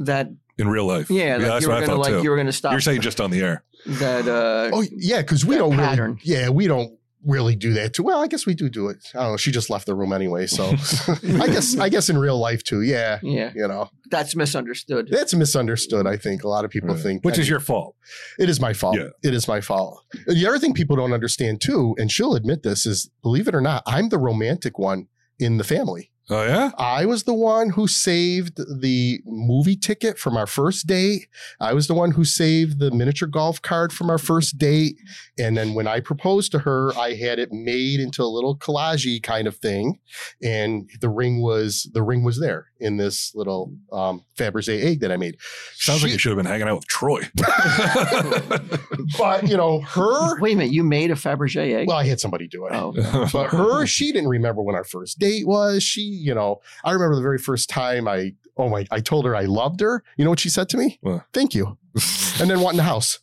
S4: That
S2: in real life.
S4: yeah, like
S2: that's
S4: you were
S2: what I
S4: gonna
S2: thought
S4: like
S2: too.
S4: you
S2: You're,
S4: were gonna stop
S2: saying just on the air.
S4: that. Uh,
S1: Oh yeah, because we
S4: that
S1: don't
S4: pattern.
S1: really. Yeah, we don't really do that too. Well, I guess we do do it. I don't know. She just left the room anyway, so I guess I guess in real life too. Yeah,
S4: yeah,
S1: you know
S4: that's misunderstood.
S1: that's misunderstood. I think a lot of people
S2: Right.
S1: think,
S2: Which
S1: I
S2: is your fault.
S1: It is my fault.
S2: Yeah.
S1: It is my fault. The other thing people don't understand too, and she'll admit this, is believe it or not, I'm the romantic one in the family.
S2: Oh yeah.
S1: I was the one who saved the movie ticket from our first date. I was the one who saved the miniature golf card from our first date. And then when I proposed to her, I had it made into a little collage kind of thing. And the ring was the ring was there in this little um Fabergé egg that I made.
S2: Sounds like
S1: She-
S2: you should have been hanging out with Troy.
S1: but you know, her
S4: Wait a minute, you made a Fabergé egg.
S1: well, I had somebody do it.
S4: oh,
S1: But her, she didn't remember when our first date was. She, you know, I remember the very first time I, oh my, I told her I loved her. You know what she said to me?
S2: What?
S1: Thank you. And then wanting the house.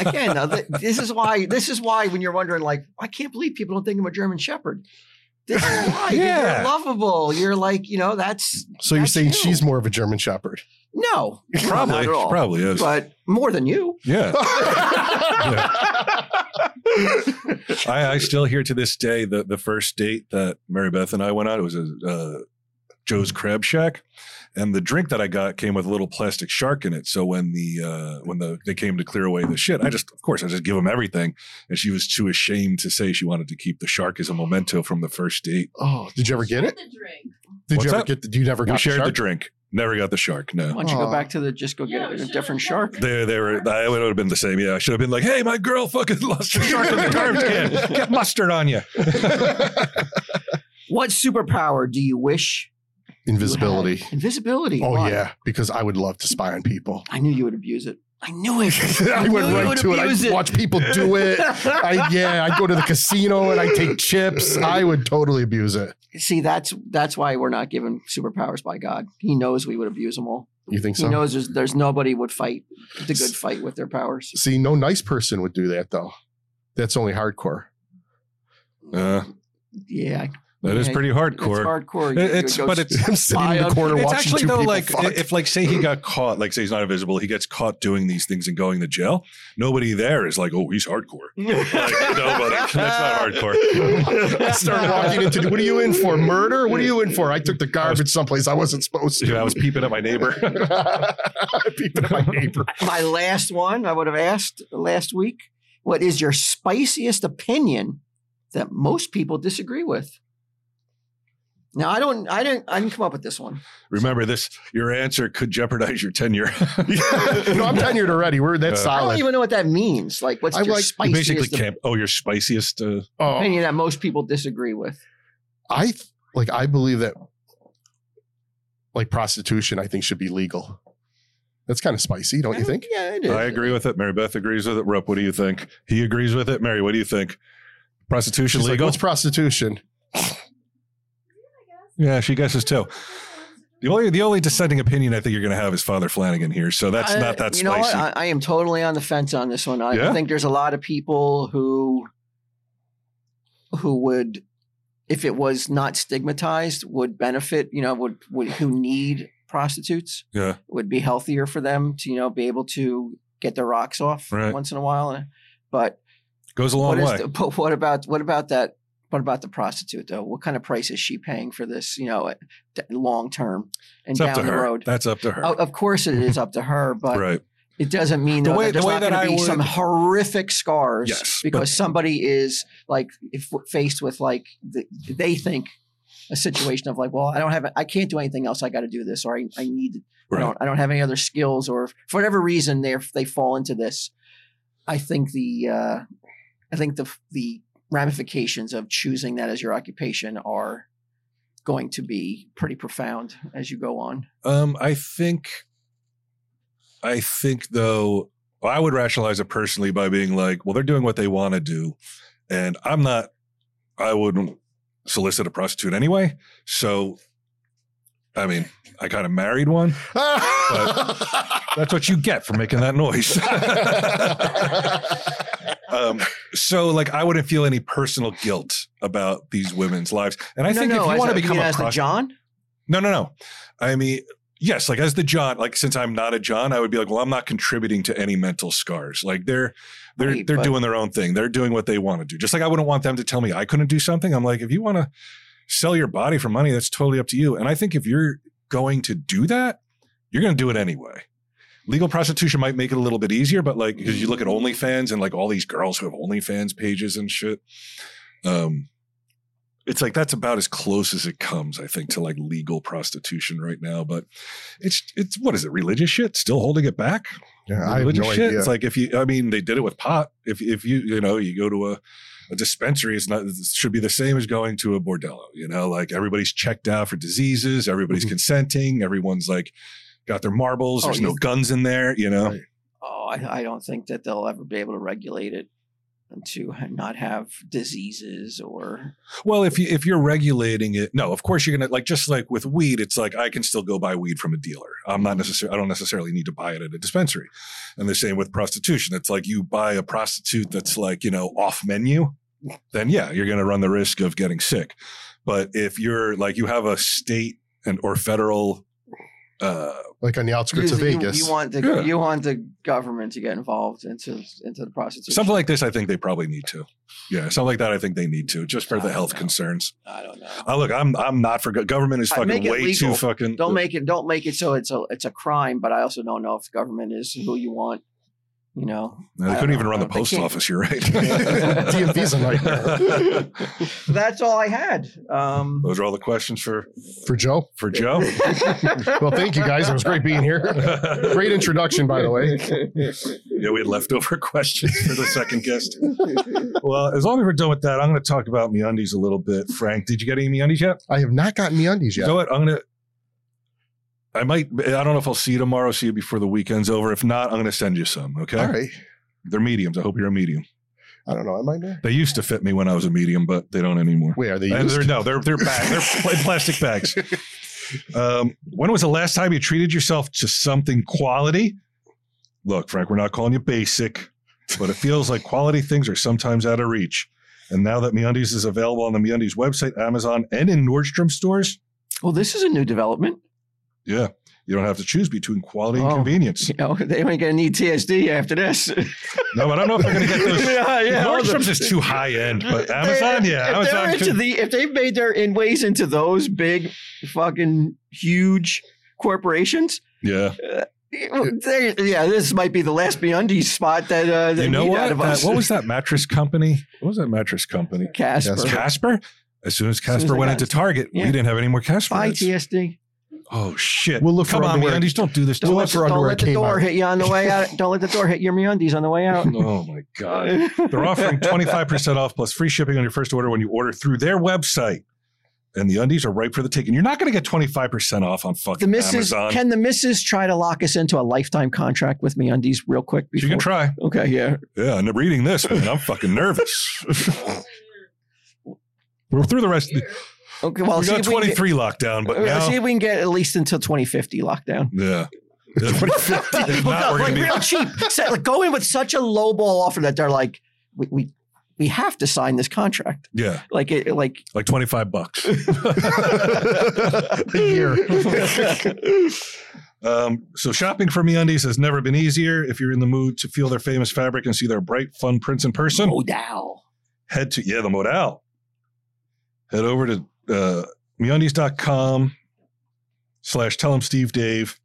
S4: again, now th- this is why. This is why when you're wondering, like, "Oh, I can't believe people don't think I'm a German Shepherd. This is why 'cause
S2: Yeah.
S4: you're lovable. You're like, you know, that's
S1: So you're
S4: That's
S1: saying
S4: you.
S1: she's more of a German Shepherd?
S4: no,
S2: probably,
S4: not at all.
S2: probably is.
S4: but more than you.
S2: yeah.
S1: yeah.
S2: I, I still hear to this day the the first date that Mary Beth and I went on. It was a uh, Joe's Crab Shack, and the drink that I got came with a little plastic shark in it. So when the uh, when the they came to clear away the shit, I just of course I just give them everything, and she was too ashamed to say she wanted to keep the shark as a memento from the first date.
S1: Oh, did you ever get
S6: Get
S1: it?
S6: the drink.
S1: Did
S2: What's
S1: you ever
S2: that?
S1: get? The, you never got
S2: We
S1: the
S2: shared the
S1: shark?
S2: drink, never got the shark.
S4: Why
S2: No.
S4: don't you
S1: Aw.
S4: go back to the just go get
S6: Yeah, we
S4: a
S6: should've
S4: different
S6: done
S4: shark?
S6: that.
S2: They, they were. I would have been the same. Yeah, I should have been like, "Hey, my girl fucking lost her shark in the garbage can. Get mustard on you."
S4: What superpower do you wish? you
S1: Invisibility.
S4: had? Invisibility.
S1: Oh
S4: Why?
S1: yeah, because I would love to spy on people.
S4: I knew you would abuse it. I knew it.
S1: I went
S4: knew you
S1: right
S4: would
S1: to it.
S4: abuse
S1: I'd watch people do it. I, yeah, I'd go to the casino and I'd take chips. I would totally abuse it.
S4: See, that's that's why we're not given superpowers by God. He knows we would abuse them all.
S1: You think
S4: He
S1: so?
S4: knows there's, there's nobody would fight the good fight with their powers.
S1: See, no nice person would do that though. That's only hardcore.
S2: Uh,
S4: Yeah,
S2: that is
S4: Yeah,
S2: pretty
S4: it's
S2: hardcore.
S4: hardcore.
S2: It- it's-
S4: go
S2: but
S4: s-
S1: I'm sitting in the corner
S2: It's
S1: watching
S2: actually
S1: two
S2: though,
S1: people
S2: like
S1: fuck.
S2: if like say he got caught, like say he's not invisible, he gets caught doing these things and going to jail. Nobody there is like, oh, he's hardcore. Like, nobody, that's not hardcore.
S1: I start walking into. What are you in for? Murder? What are you in for? I took the garbage someplace I wasn't supposed to.
S2: Dude, I was peeping at my neighbor.
S1: Peeping at my neighbor.
S4: my last one I would have asked last week. What is your spiciest opinion that most people disagree with? Now I don't I didn't I didn't come up with this one.
S2: Remember this: your answer could jeopardize your tenure.
S1: no, I'm tenured already. We're that's
S2: Yeah.
S4: I don't
S1: solid.
S4: even know what that means. Like what's
S1: I
S4: your
S1: like-
S2: You
S4: spiciest
S2: basically
S4: op-
S2: can't. Oh, your spiciest. Uh,
S1: Oh,
S4: opinion that most people disagree with?
S1: I th- like. I believe that like prostitution, I think should be legal. That's kind of spicy, don't Oh, you think?
S4: Yeah, it is.
S2: I agree with it. Mary Beth agrees with it. Rupp, what do you think? He agrees with it. Mary, what do you think? Prostitution
S1: She's like,
S2: legal?
S1: what's prostitution?
S2: yeah, she guesses too. The only the only dissenting opinion I think you're going to have is Father Flanagan here, so that's
S4: I-
S2: not that
S4: Uh, you know what?
S2: spicy.
S4: I, I am totally on the fence on this one. I
S2: Yeah?
S4: think there's a lot of people who who would, if it was not stigmatized, would benefit. You know, would, would who need prostitutes
S2: yeah,
S4: would be healthier for them to you know be able to get their rocks off
S2: Right.
S4: once in a while. But
S2: goes a
S4: what
S2: long
S4: is
S2: way.
S4: the, but what about what about that? What about the prostitute though? What kind of price is she paying for this? You know, long term and
S2: it's up
S4: down
S2: to
S4: the
S2: her.
S4: road.
S2: That's up to her.
S4: Oh, of course, it is up to her, but
S2: right.
S4: it doesn't mean
S2: The
S4: though,
S2: way-
S4: that there's
S2: the way
S4: not
S2: that
S4: going
S2: I
S4: to be some
S2: would-
S4: horrific scars
S2: Yes, but-
S4: because somebody is like if we're faced with like the, they think a situation of like, well, I don't have, I can't do anything else. I got to do this, or I, I need, I
S2: Right.
S4: don't, I don't have any other skills, or for whatever reason they they fall into this. I think the, uh, I think the the ramifications of choosing that as your occupation are going to be pretty profound as you go on.
S2: Um, I think, I think though, I would rationalize it personally by being like, well, they're doing what they want to do, and I'm not. I wouldn't solicit a prostitute anyway. So, I mean, I kind of married one. That's what you get for making that noise. um, so, like, I wouldn't feel any personal guilt about these women's lives. And I
S4: No,
S2: think
S4: no,
S2: if
S4: as
S2: you want
S4: a-
S2: to become
S4: mean
S2: a
S4: as the
S2: prostitute,
S4: John.
S2: no, no, no. I mean, yes, like as the John, like since I'm not a John, I would be like, well, I'm not contributing to any mental scars. Like they're they're
S4: Right,
S2: they're
S4: but-
S2: doing their own thing. They're doing what they want to do. Just like I wouldn't want them to tell me I couldn't do something. I'm like, if you want to sell your body for money, that's totally up to you. And I think if you're going to do that, you're going to do it anyway. Legal prostitution might make it a little bit easier, but like because you look at OnlyFans and like all these girls who have OnlyFans pages and shit, um, it's like that's about as close as it comes, I think, to like legal prostitution right now. But it's it's what is it religious shit still holding it back?
S1: yeah, I have
S2: religious
S1: no
S2: shit.
S1: idea.
S2: It's like if you, I mean, they did it with pot. If if you you know you go to a, a dispensary, it's not it should be the same as going to a bordello. You know, like everybody's checked out for diseases, everybody's
S1: Mhm.
S2: consenting, everyone's like got their marbles.
S4: Oh,
S2: There's no
S4: you-
S2: guns in there. You know,
S1: Right.
S4: Oh, I, I don't think that they'll ever be able to regulate it and to ha- not have diseases or
S2: well if you if you're regulating it, no, of course you're gonna like just like with weed, it's like I can still go buy weed from a dealer. I'm not necessarily I don't necessarily need to buy it at a dispensary. And the same with prostitution. It's like you buy a prostitute that's like you know off menu. then yeah, you're going to run the risk of getting sick. But if you're like you have a state and or federal, uh,
S1: like on the outskirts of
S4: You- you-
S1: Vegas.
S4: You, want the
S2: Yeah.
S4: you want the government to get involved into into the prostitution.
S2: something like this, I think they probably need to. Yeah, something like that, I think they need to just for the health concerns.
S4: I don't know.
S2: Oh, look, I'm I'm not for go- government is
S4: Uh,
S2: fucking
S4: make it
S2: way
S4: legal.
S2: too fucking.
S4: Don't make it don't make it so it's a it's a crime. But I also don't know if the government is who you want. You know,
S2: No, they
S4: I
S2: couldn't
S4: don't
S2: even run the
S4: know. They
S2: post
S4: can't-
S2: office. You're right.
S1: DMV's a nightmare.
S4: that's all I had. Um,
S2: Those are all the questions for
S1: For Joe.
S2: for Joe.
S1: Well, thank you guys. It was great being here.
S2: yeah,
S1: Great introduction, by the way.
S2: we had leftover questions for the second guest. Well, as long as we're done with that, I'm going to talk about MeUndies a little bit. Frank, did you get any MeUndies yet?
S1: I have not gotten me undies
S2: You
S1: yet.
S2: know what? I'm gonna. I might. I don't know if I'll see you tomorrow. See you before the weekend's over. If not, I'm gonna send you some. Okay.
S1: All right.
S2: They're mediums. I hope you're a medium.
S1: I don't know. Am I there?
S2: They used to fit me when I was a medium, but they don't anymore.
S1: Wait, are they
S2: And they're
S1: used?
S2: no, they're they're back. They're pl- plastic bags. Um, when was the last time you treated yourself to something quality? Look, Frank, we're not calling you basic, but it feels like quality things are sometimes out of reach. And now that MeUndies is available on the MeUndies website, Amazon, and in Nordstrom stores,
S4: well, this is a new development.
S2: yeah, you don't have to choose between quality and
S4: Oh.
S2: convenience.
S4: You know, they ain't gonna need TSD after this.
S2: No, but I don't know if they're going to get those.
S4: yeah, yeah. all the-
S2: Nordstrom's is too high end, but
S4: They-
S2: Amazon, yeah,
S4: If they're
S2: Amazon.
S4: into
S2: could-
S4: the, if they've made their inways into those big, fucking huge corporations,
S2: yeah,
S4: they- yeah, this might be the last Beyondies spot that uh, they
S2: you know
S4: need
S2: what?
S4: out of
S2: That-
S4: us.
S2: what was that mattress company? What was that mattress company?
S4: Casper?
S1: Yes,
S2: Casper. As soon as
S4: soon as
S2: Casper
S4: I
S2: went
S4: got-
S2: into Target,
S4: yeah.
S2: we didn't have any more Casper.
S4: Bye,
S2: hits.
S4: TSD.
S2: Oh shit!
S1: We'll look for
S2: Come on,
S1: underwear.
S2: MeUndies, don't do this.
S4: Don't
S2: to
S4: let,
S2: us.
S1: for
S4: don't
S1: underwear
S4: let the
S1: at
S4: door
S1: Kmart.
S4: hit you on the way out. Don't let the door hit your Meundies on the way out.
S2: oh my god! They're offering twenty five percent off plus free shipping on your first order when you order through their website. and the undies are ripe for the taking. You're not going to get 25% off on fucking
S4: The missus,
S2: Amazon.
S4: can the missus try to lock us into a lifetime contract with me on these real quick?
S2: you can try.
S4: Okay, yeah.
S2: Yeah, and reading this, man, I'm fucking nervous. We're through the rest of the.
S4: Okay, well,
S2: we
S4: see
S2: got
S4: if we can get-
S2: 23 lockdown, but
S4: uh,
S2: now.
S4: see if we can get at least until 2050 lockdown.
S2: yeah. if
S4: Well,
S2: not,
S4: no,
S2: we're
S4: like
S2: going to be.
S4: real cheap. So, like, go in with such a low ball offer that they're like, we, we we have to sign this contract.
S2: Yeah,
S4: Like it, like
S2: like 25 bucks.
S1: a year.
S2: Um, so shopping for MeUndies has never been easier. If you're in the mood to feel their famous fabric and see their bright, fun prints in person,
S4: oh, Modal.
S2: head to yeah the modal head over to uh, meundies.com slash tell them steve dave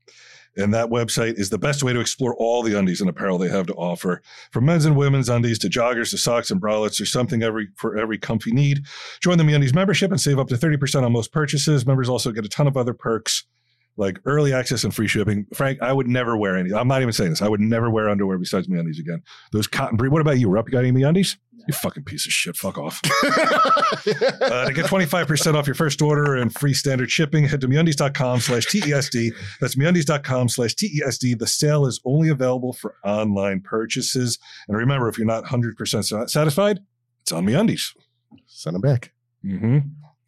S2: and that website is the best way to explore all the undies and apparel they have to offer from men's and women's undies to joggers to socks and bralettes there's something every for every comfy need join the meundies membership and save up to 30% on most purchases members also get a ton of other perks like early access and free shipping frank i would never wear any i'm not even saying this i would never wear underwear besides meundies again those cotton what about you Rupp, you got any meundies you fucking piece of shit. Fuck off. Uh, to get 25% off your first order and free standard shipping, head to MeUndies.com slash TESD. That's MeUndies.com slash TESD. The sale is only available for online purchases. And remember, if you're not 100% sa- satisfied, it's on MeUndies.
S1: Send them back.
S2: Mm-hmm.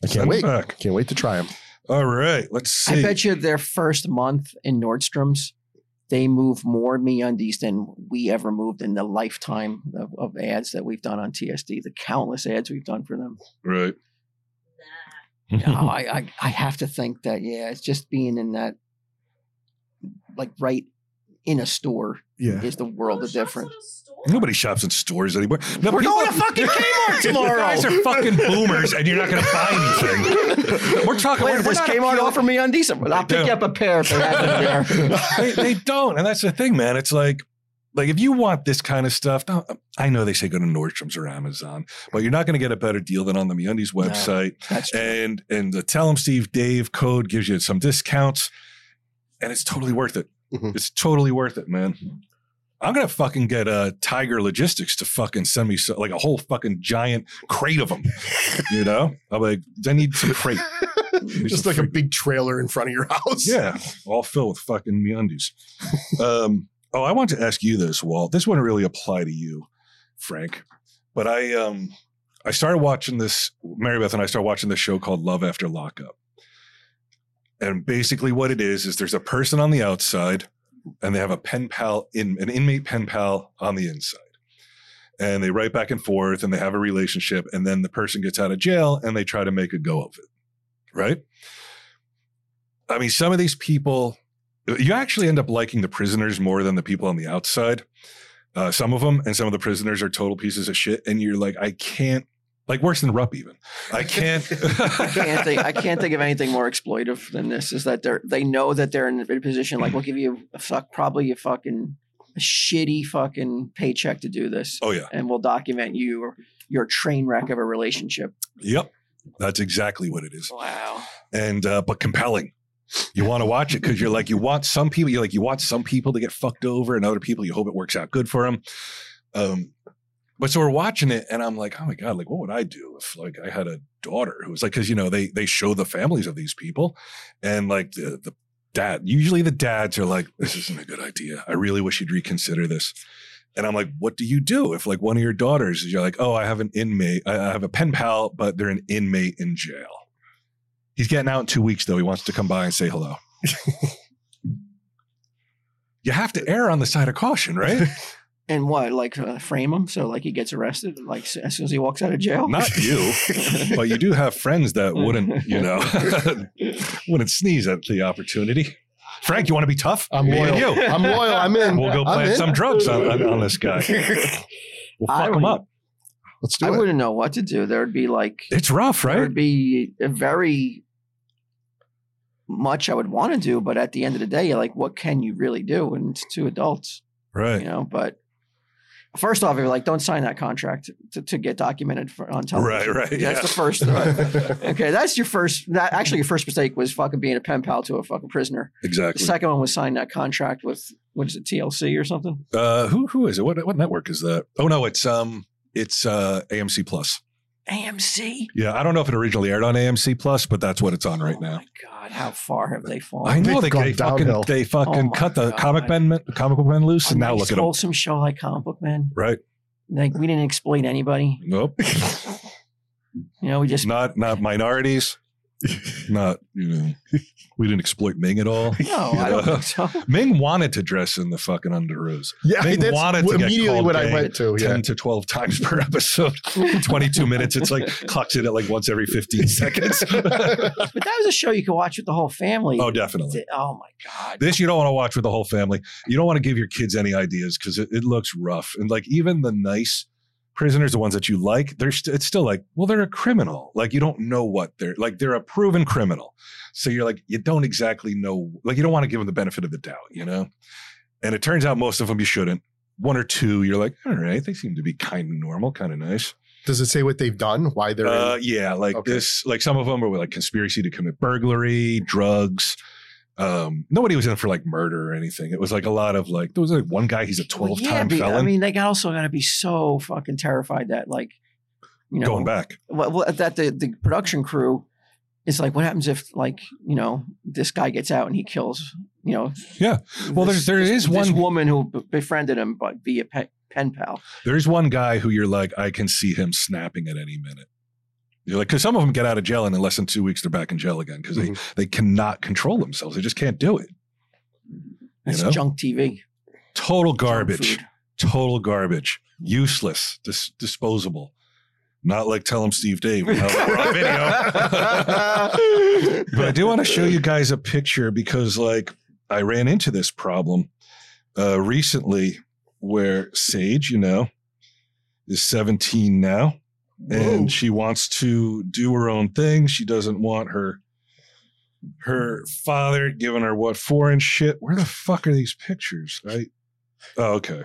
S1: I can't wait. Can't wait to try them.
S2: All right. Let's see.
S4: I bet you their first month in Nordstrom's, they move more MeUndies than we ever moved in the lifetime of, of ads that we've done on TSD. The countless ads we've done for them.
S2: right.
S4: No, I, I I have to think that yeah, it's just being in that, like right in a store
S1: Yeah.
S4: is the world of difference.
S2: Nobody shops in stores anymore. No,
S4: We're
S2: people-
S4: going to fucking Kmart
S2: You
S4: tomorrow.
S2: guys are fucking boomers and you're not going to buy anything. We're talking.
S4: Wait,
S2: we're, we're
S4: does
S2: not
S4: Kmart
S2: appealing-
S4: offer me undies? I'll
S2: They
S4: pick
S2: do.
S4: you up a pair if they have them there.
S2: they, they don't, and that's the thing, man. It's like, like if you want this kind of stuff, don't- I know they say go to Nordstrom's or Amazon, but you're not going to get a better deal than on the MeUndies
S4: No.
S2: website.
S4: That's true.
S2: And and the Tell 'em Steve Dave code gives you some discounts, and it's totally worth it.
S1: Mhm.
S2: It's totally worth it, man. I'm gonna fucking get uh, Tiger Logistics to fucking send me so, like a whole fucking giant crate of them. you know, I'm like, I need some crate.
S1: Just like a big trailer in front of your house.
S2: Yeah, all filled with fucking meundies. um, oh, I want to ask you this, Walt. This wouldn't really apply to you, Frank, but I um, I started watching this. Mary Beth and I started watching this show called Love After Lockup, and basically what it is is there's a person on the outside, and they have a pen pal in an inmate pen pal on the inside. And they write back and forth and they have a relationship. And then the person gets out of jail and they try to make a go of it. Right. I mean, some of these people, you actually end up liking the prisoners more than the people on the outside. Uh, some of them, and some of the prisoners are total pieces of shit. And you're like, I can't, like worse than Rupp even. I can't.
S4: I can't think. I can't think of anything more exploitive than this. Is that they're they know that they're in a position like we'll give you a fuck probably a fucking a shitty fucking paycheck to do this,
S2: oh yeah,
S4: and we'll document you or your train wreck of a relationship.
S2: yep, that's exactly what it is.
S4: Wow.
S2: and uh, but compelling. You want to watch it because you're like you want some people. You're like you want some people to get fucked over, and other people you hope it works out good for them. Um, but so we're watching it, and I'm like, oh my god, like what would I do if like I had a daughter who was like, because you know they they show the families of these people, and like the the dad usually the dads are like, this isn't a good idea. I really wish you'd reconsider this. And I'm like, what do you do if like one of your daughters is you're like, oh, I have an inmate, I I have a pen pal, but they're an inmate in jail. He's getting out in two weeks, though. He wants to come by and say hello. you have to err on the side of caution, right?
S4: And what like uh, frame him so like he gets arrested like s- as soon as he walks out of jail.
S2: Not you, but you do have friends that wouldn't, you know, wouldn't sneeze at the opportunity. Frank, you want to be tough?
S1: I'm
S2: Me
S1: loyal.
S2: and you.
S1: I'm loyal. I'm in.
S2: We'll go
S1: I'm
S2: plant
S1: in.
S2: some drugs on, on, on this guy. We'll
S4: I
S2: fuck him
S4: would-
S2: up.
S1: Let's do
S4: I
S1: it.
S4: wouldn't know what to do. There would be like
S2: It's rough,
S4: It
S2: right?
S4: would be a very much I would want to do, but at the end of the day, you're like, what can you really do? And it's two adults, you
S2: Right.
S4: know. But first off, you're like, don't sign that contract to, to get documented for, on television.
S2: Right, right,
S4: That's
S2: yeah.
S4: the first. okay, that's your first. That actually, your first mistake was fucking being a pen pal to a fucking prisoner. The
S2: Exactly.
S4: second one was signing that contract with what is it, TLC or something?
S2: Uh, who who is it? What what network is that? Oh no, it's um, it's uh, AMC Plus.
S4: AMC.
S2: Yeah, I don't know if it originally aired on AMC Plus, but that's what it's on right
S4: oh
S2: now.
S4: My God, how far have they fallen?
S2: I know they,
S1: They've gone
S2: they fucking
S1: downhill.
S2: they fucking
S4: Oh my
S2: cut the
S4: God.
S2: comic men comic book men loose,
S4: A
S2: and now
S4: nice
S2: look at them.
S4: wholesome show like comic book man.
S2: Right?
S4: Like we didn't exploit anybody.
S2: Nope.
S4: You know, we just
S2: not not minorities. not you know, we didn't exploit Ming at all.
S4: no. I don't think so.
S2: Ming wanted to dress in the fucking underoos.
S1: Yeah,
S2: They
S1: that's
S2: wanted to get
S1: immediately
S2: called
S1: what
S2: gay.
S1: I went to. Oh, Yeah.
S2: 10 to 12 times per episode, 22 minutes. It's like clocks in at like once every 15 seconds.
S4: But that was a show you could watch with the whole family.
S2: oh, definitely.
S4: Oh my God.
S2: This you don't want to watch with the whole family. You don't want to give your kids any ideas because it, it looks rough. And like even the nice prisoners, the ones that you like, they're st- it's still like, well, they're a criminal. Like you don't know what they're like. They're a proven criminal. So you're like, you don't exactly know. Like you don't want to give them the benefit of the doubt, you know. And it turns out most of them you shouldn't. One or two, you're like, all right, they seem to be kind of normal, kind of nice.
S1: Does it say what they've done? Why they're
S2: Uh,
S1: in?
S2: yeah, like
S1: Okay.
S2: this, like some of them were like conspiracy to commit burglary, drugs. Um, nobody was in for like murder or anything. It was like a lot of like there was like one guy he's a
S4: Well,
S2: twelve time
S4: but,
S2: felon
S4: I mean, they got- also got to be so fucking terrified that like, you know,
S2: going back.
S4: well, well, that the, the production crew is like, what happens if like you know this guy gets out and he kills you know?
S2: Yeah. Well, there's
S4: this-
S2: there
S4: this-
S2: is
S4: this
S2: one
S4: woman who b- befriended him, but via pe- pen pal.
S2: there is one guy who you're like I can see him snapping at any minute. You're like because some of them get out of jail and in less than two weeks they're back in jail again because
S4: Mm-hmm.
S1: Mhm.
S2: they they cannot control themselves. They just can't do it.
S4: That's
S2: know?
S4: junk TV,
S2: Total
S4: junk
S2: garbage.
S4: food.
S2: total garbage, useless, dis- disposable. Not like tell them Steve Dave. when I were on video. but I do want to show you guys a picture because, like, I ran into this problem uh, recently where Sage, you know, is 17 now
S1: Whoa.
S2: and she wants to do her own thing. She doesn't want her her father giving her what for and shit. Where the fuck are these pictures? I oh, okay.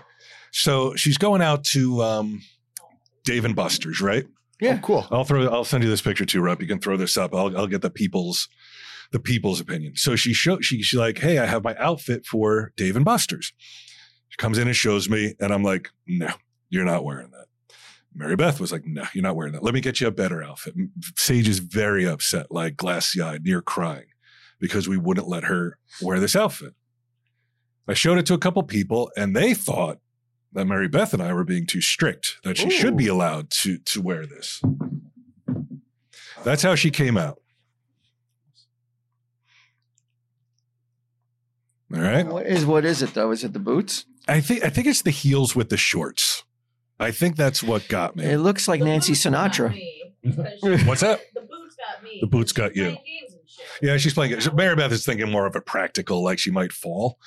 S2: So she's going out to um, Dave and Buster's, right?
S1: yeah, cool.
S2: I'll throw. I'll send you this picture too, Rupp. You can throw this up. I'll, I'll get the people's the people's opinion. So she show she she's like, hey, I have my outfit for Dave and Buster's. She comes in and shows me, and I'm like, no, you're not wearing that. Mary Beth was like, no, you're not wearing that. Let me get you a better outfit. Sage is very upset, like glassy eyed, near crying, because we wouldn't let her wear this outfit. I showed it to a couple people, and they thought that Mary Beth and I were being too strict, that she should be allowed to to wear this. That's how she came out. All right.
S4: What is what is it though? Is it the boots?
S2: I think I think it's the heels with the shorts. I think that's what got
S4: It
S2: me.
S4: looks like
S6: The
S4: Nancy
S6: boots got
S4: Sinatra.
S6: me because she-
S2: What's that?
S6: The boots got me.
S2: The boots
S6: She's
S2: got you.
S6: playing games and shit.
S2: Yeah, she's playing. So Maribeth is thinking more of a practical, like she might fall,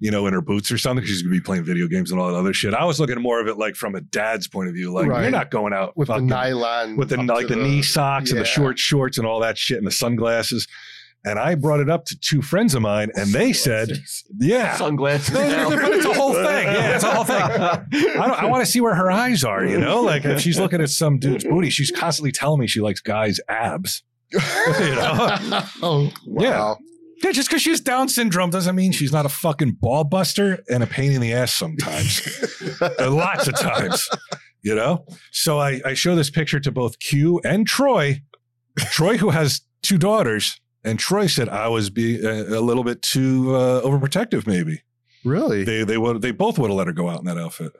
S2: you know, in her boots or something. 'cause She's gonna be playing video games and all that other shit. I was looking more of it like from a dad's point of view. Like
S1: Right.
S2: you're not going out
S1: With the
S2: fucking-
S1: nylon,
S2: with the
S1: up
S2: like
S1: to
S2: the, knee socks and the
S1: yeah.
S2: short shorts and all that shit and the sunglasses. And I brought it up to two friends of mine, and they said, "Yeah,
S4: sunglasses.
S2: No,
S4: now.
S2: but it's a whole thing. Yeah, it's a whole thing. I, don't, I want to see where her eyes are, you know? Like if she's looking at some dude's booty, she's constantly telling me she likes guys' abs. You know?
S1: oh,
S2: Yeah.
S1: wow.
S2: Yeah, just because she has Down syndrome doesn't mean she's not a fucking ball buster and a pain in the ass sometimes. Uh, Lots of times. You know? So I, I show this picture to both Q and Troy. Troy, who has two daughters, and Troy said I was being a, a little bit too uh, overprotective, maybe.
S1: Really?
S2: They they would they both would have let her go out in that outfit.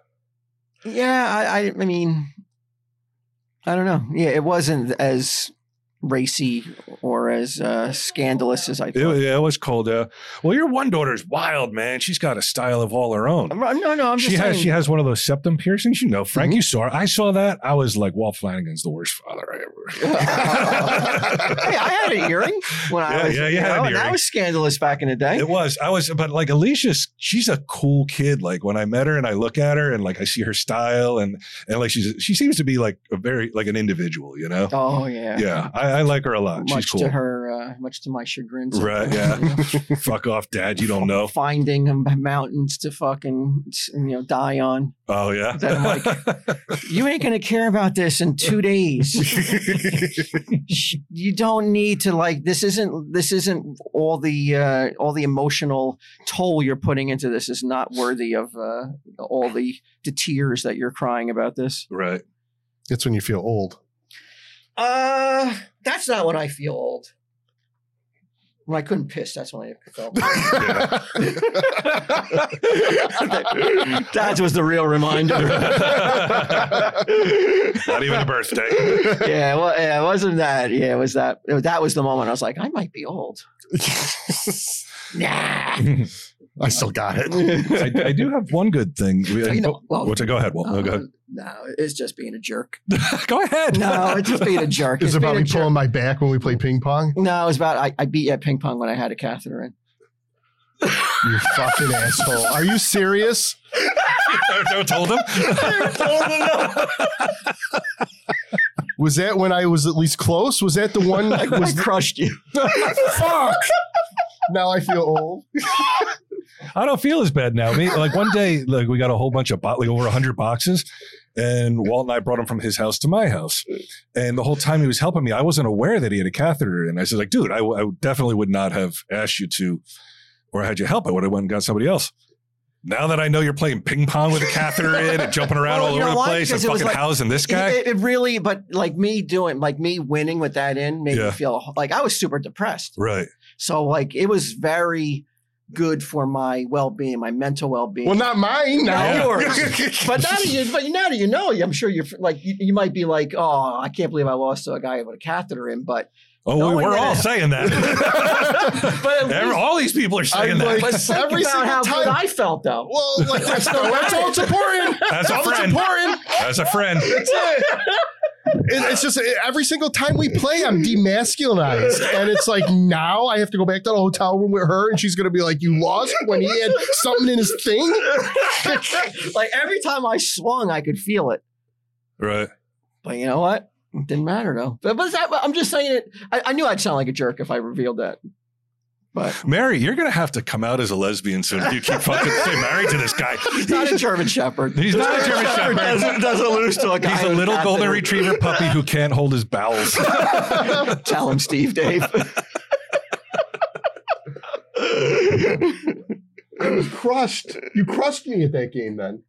S4: Yeah, I, I, I mean, I don't know. Yeah, it wasn't as racy or as uh, scandalous as I
S2: It,
S4: thought.
S2: yeah, it was cold. Uh, well, your one daughter's wild, man. She's got a style of all her own.
S4: I'm- I'm- no, no, I'm just
S2: she
S4: saying. Mm-hmm.
S2: has she has one of those septum piercings. You know, Frank, you saw her. I saw that. I was like, Walt Flanagan's the worst father I ever.
S4: hey, I had an earring when
S2: Yeah,
S4: I was.
S2: yeah,
S4: Yeah,
S2: you had an
S4: That
S2: earring.
S4: was scandalous back in the day.
S2: It was. I was, but like Alicia's, she's a cool kid. Like when I met her and I look at her and like I see her style and and like she's she seems to be like a very like an individual, you know?
S4: oh yeah.
S2: Yeah, I, I like her a lot.
S4: Much
S2: she's cool.
S4: to her, uh, much to my chagrin.
S2: Right,
S4: sometimes, you know.
S2: Fuck off, Dad. You don't know.
S4: Finding um, mountains to fucking you know die on.
S2: Oh yeah.
S4: Then, You ain't gonna care about this in two days. sh- you don't need to like this isn't this isn't all the uh all the emotional toll you're putting into this is not worthy of uh all the the tears that you're crying about this
S2: right.
S1: It's when you feel old.
S4: Uh, that's not when I feel old. When I couldn't piss, that's when I felt. that was the real reminder.
S2: Not even a birthday.
S4: yeah, well, yeah, it wasn't that. Yeah, it was that. it- that was the moment I was like, I might be old. Nah.
S1: I still got it.
S2: I, I do have one good thing. We-
S4: You know, well,
S2: What's it? Go ahead. Well,
S4: um,
S2: go ahead.
S4: No, it's just being a jerk.
S2: Oh, go ahead.
S4: No, it's just being a jerk.
S1: Is
S4: It's
S1: it about me
S4: being a jerk.
S1: pulling my back when we play ping pong?
S4: No, it was about I, I beat you at ping pong when I had a catheter in.
S1: You fucking asshole. Are you serious?
S4: Um,
S2: I told him.
S1: Was that when I was at least close? Was that the one?
S4: I,
S1: Was
S4: I crushed you.
S1: fuck. Now I feel old.
S2: I don't feel as bad now. Me, like one day, like we got a whole bunch of bo- like over hundred boxes, and Walt and I brought him from his house to my house. And the whole time he was helping me, I wasn't aware that he had a catheter. And I said, like, dude, I, w- I definitely would not have asked you to, or had you help. I would have went and got somebody else. Now that I know you're playing ping pong with a catheter in and jumping around
S4: Well,
S2: all
S4: you
S2: over
S4: know
S2: the
S4: why?
S2: place and
S4: Because it was
S2: fucking
S4: like-
S2: housing this
S4: It-
S2: guy.
S4: It, it really, but like me doing, like me winning with that in made
S2: Yeah.
S4: me feel like I was super depressed.
S2: right.
S4: So like it was very good for my well being, my mental well being.
S1: Well, not mine. Now
S2: Yeah.
S1: yours.
S4: but now that you, but now that you know, I'm sure you're like you, you might be like, oh, I can't believe I lost to a guy with a catheter in, but
S2: Oh,
S4: No
S2: we,
S4: one
S2: we're
S4: would
S2: all
S4: have-
S2: saying that.
S4: but at
S2: Every-
S4: least-
S2: all these people are saying that.
S1: like-
S4: but think
S1: every
S4: about how
S1: single
S4: good
S1: time-
S4: I felt though.
S1: Well, like that's, that's all it's important.
S2: As a
S1: All that's
S2: friend.
S1: important.
S2: As a friend.
S1: That's it. It- It's just it- every single time we play, I'm demasculinized, and it's like now I have to go back to the hotel room with her, and she's gonna be like, "You lost when he had something in his thing."
S4: like every time I swung, I could feel it.
S2: Right.
S4: But you know what? It didn't matter though. But, but that, I'm just saying it. I, I knew I'd sound like a jerk if I revealed that. But
S2: Mary, you're gonna have to come out as a lesbian soon if you keep fucking stay married to this guy.
S4: he's not a German Shepherd.
S2: He's not a German Shepherd.
S4: Doesn't, doesn't lose to a guy.
S2: He's a
S4: with
S2: little
S4: catheter.
S2: golden retriever puppy who can't hold his bowels.
S4: Tell him, Steve, Dave.
S1: crushed. You crushed me at that game, then.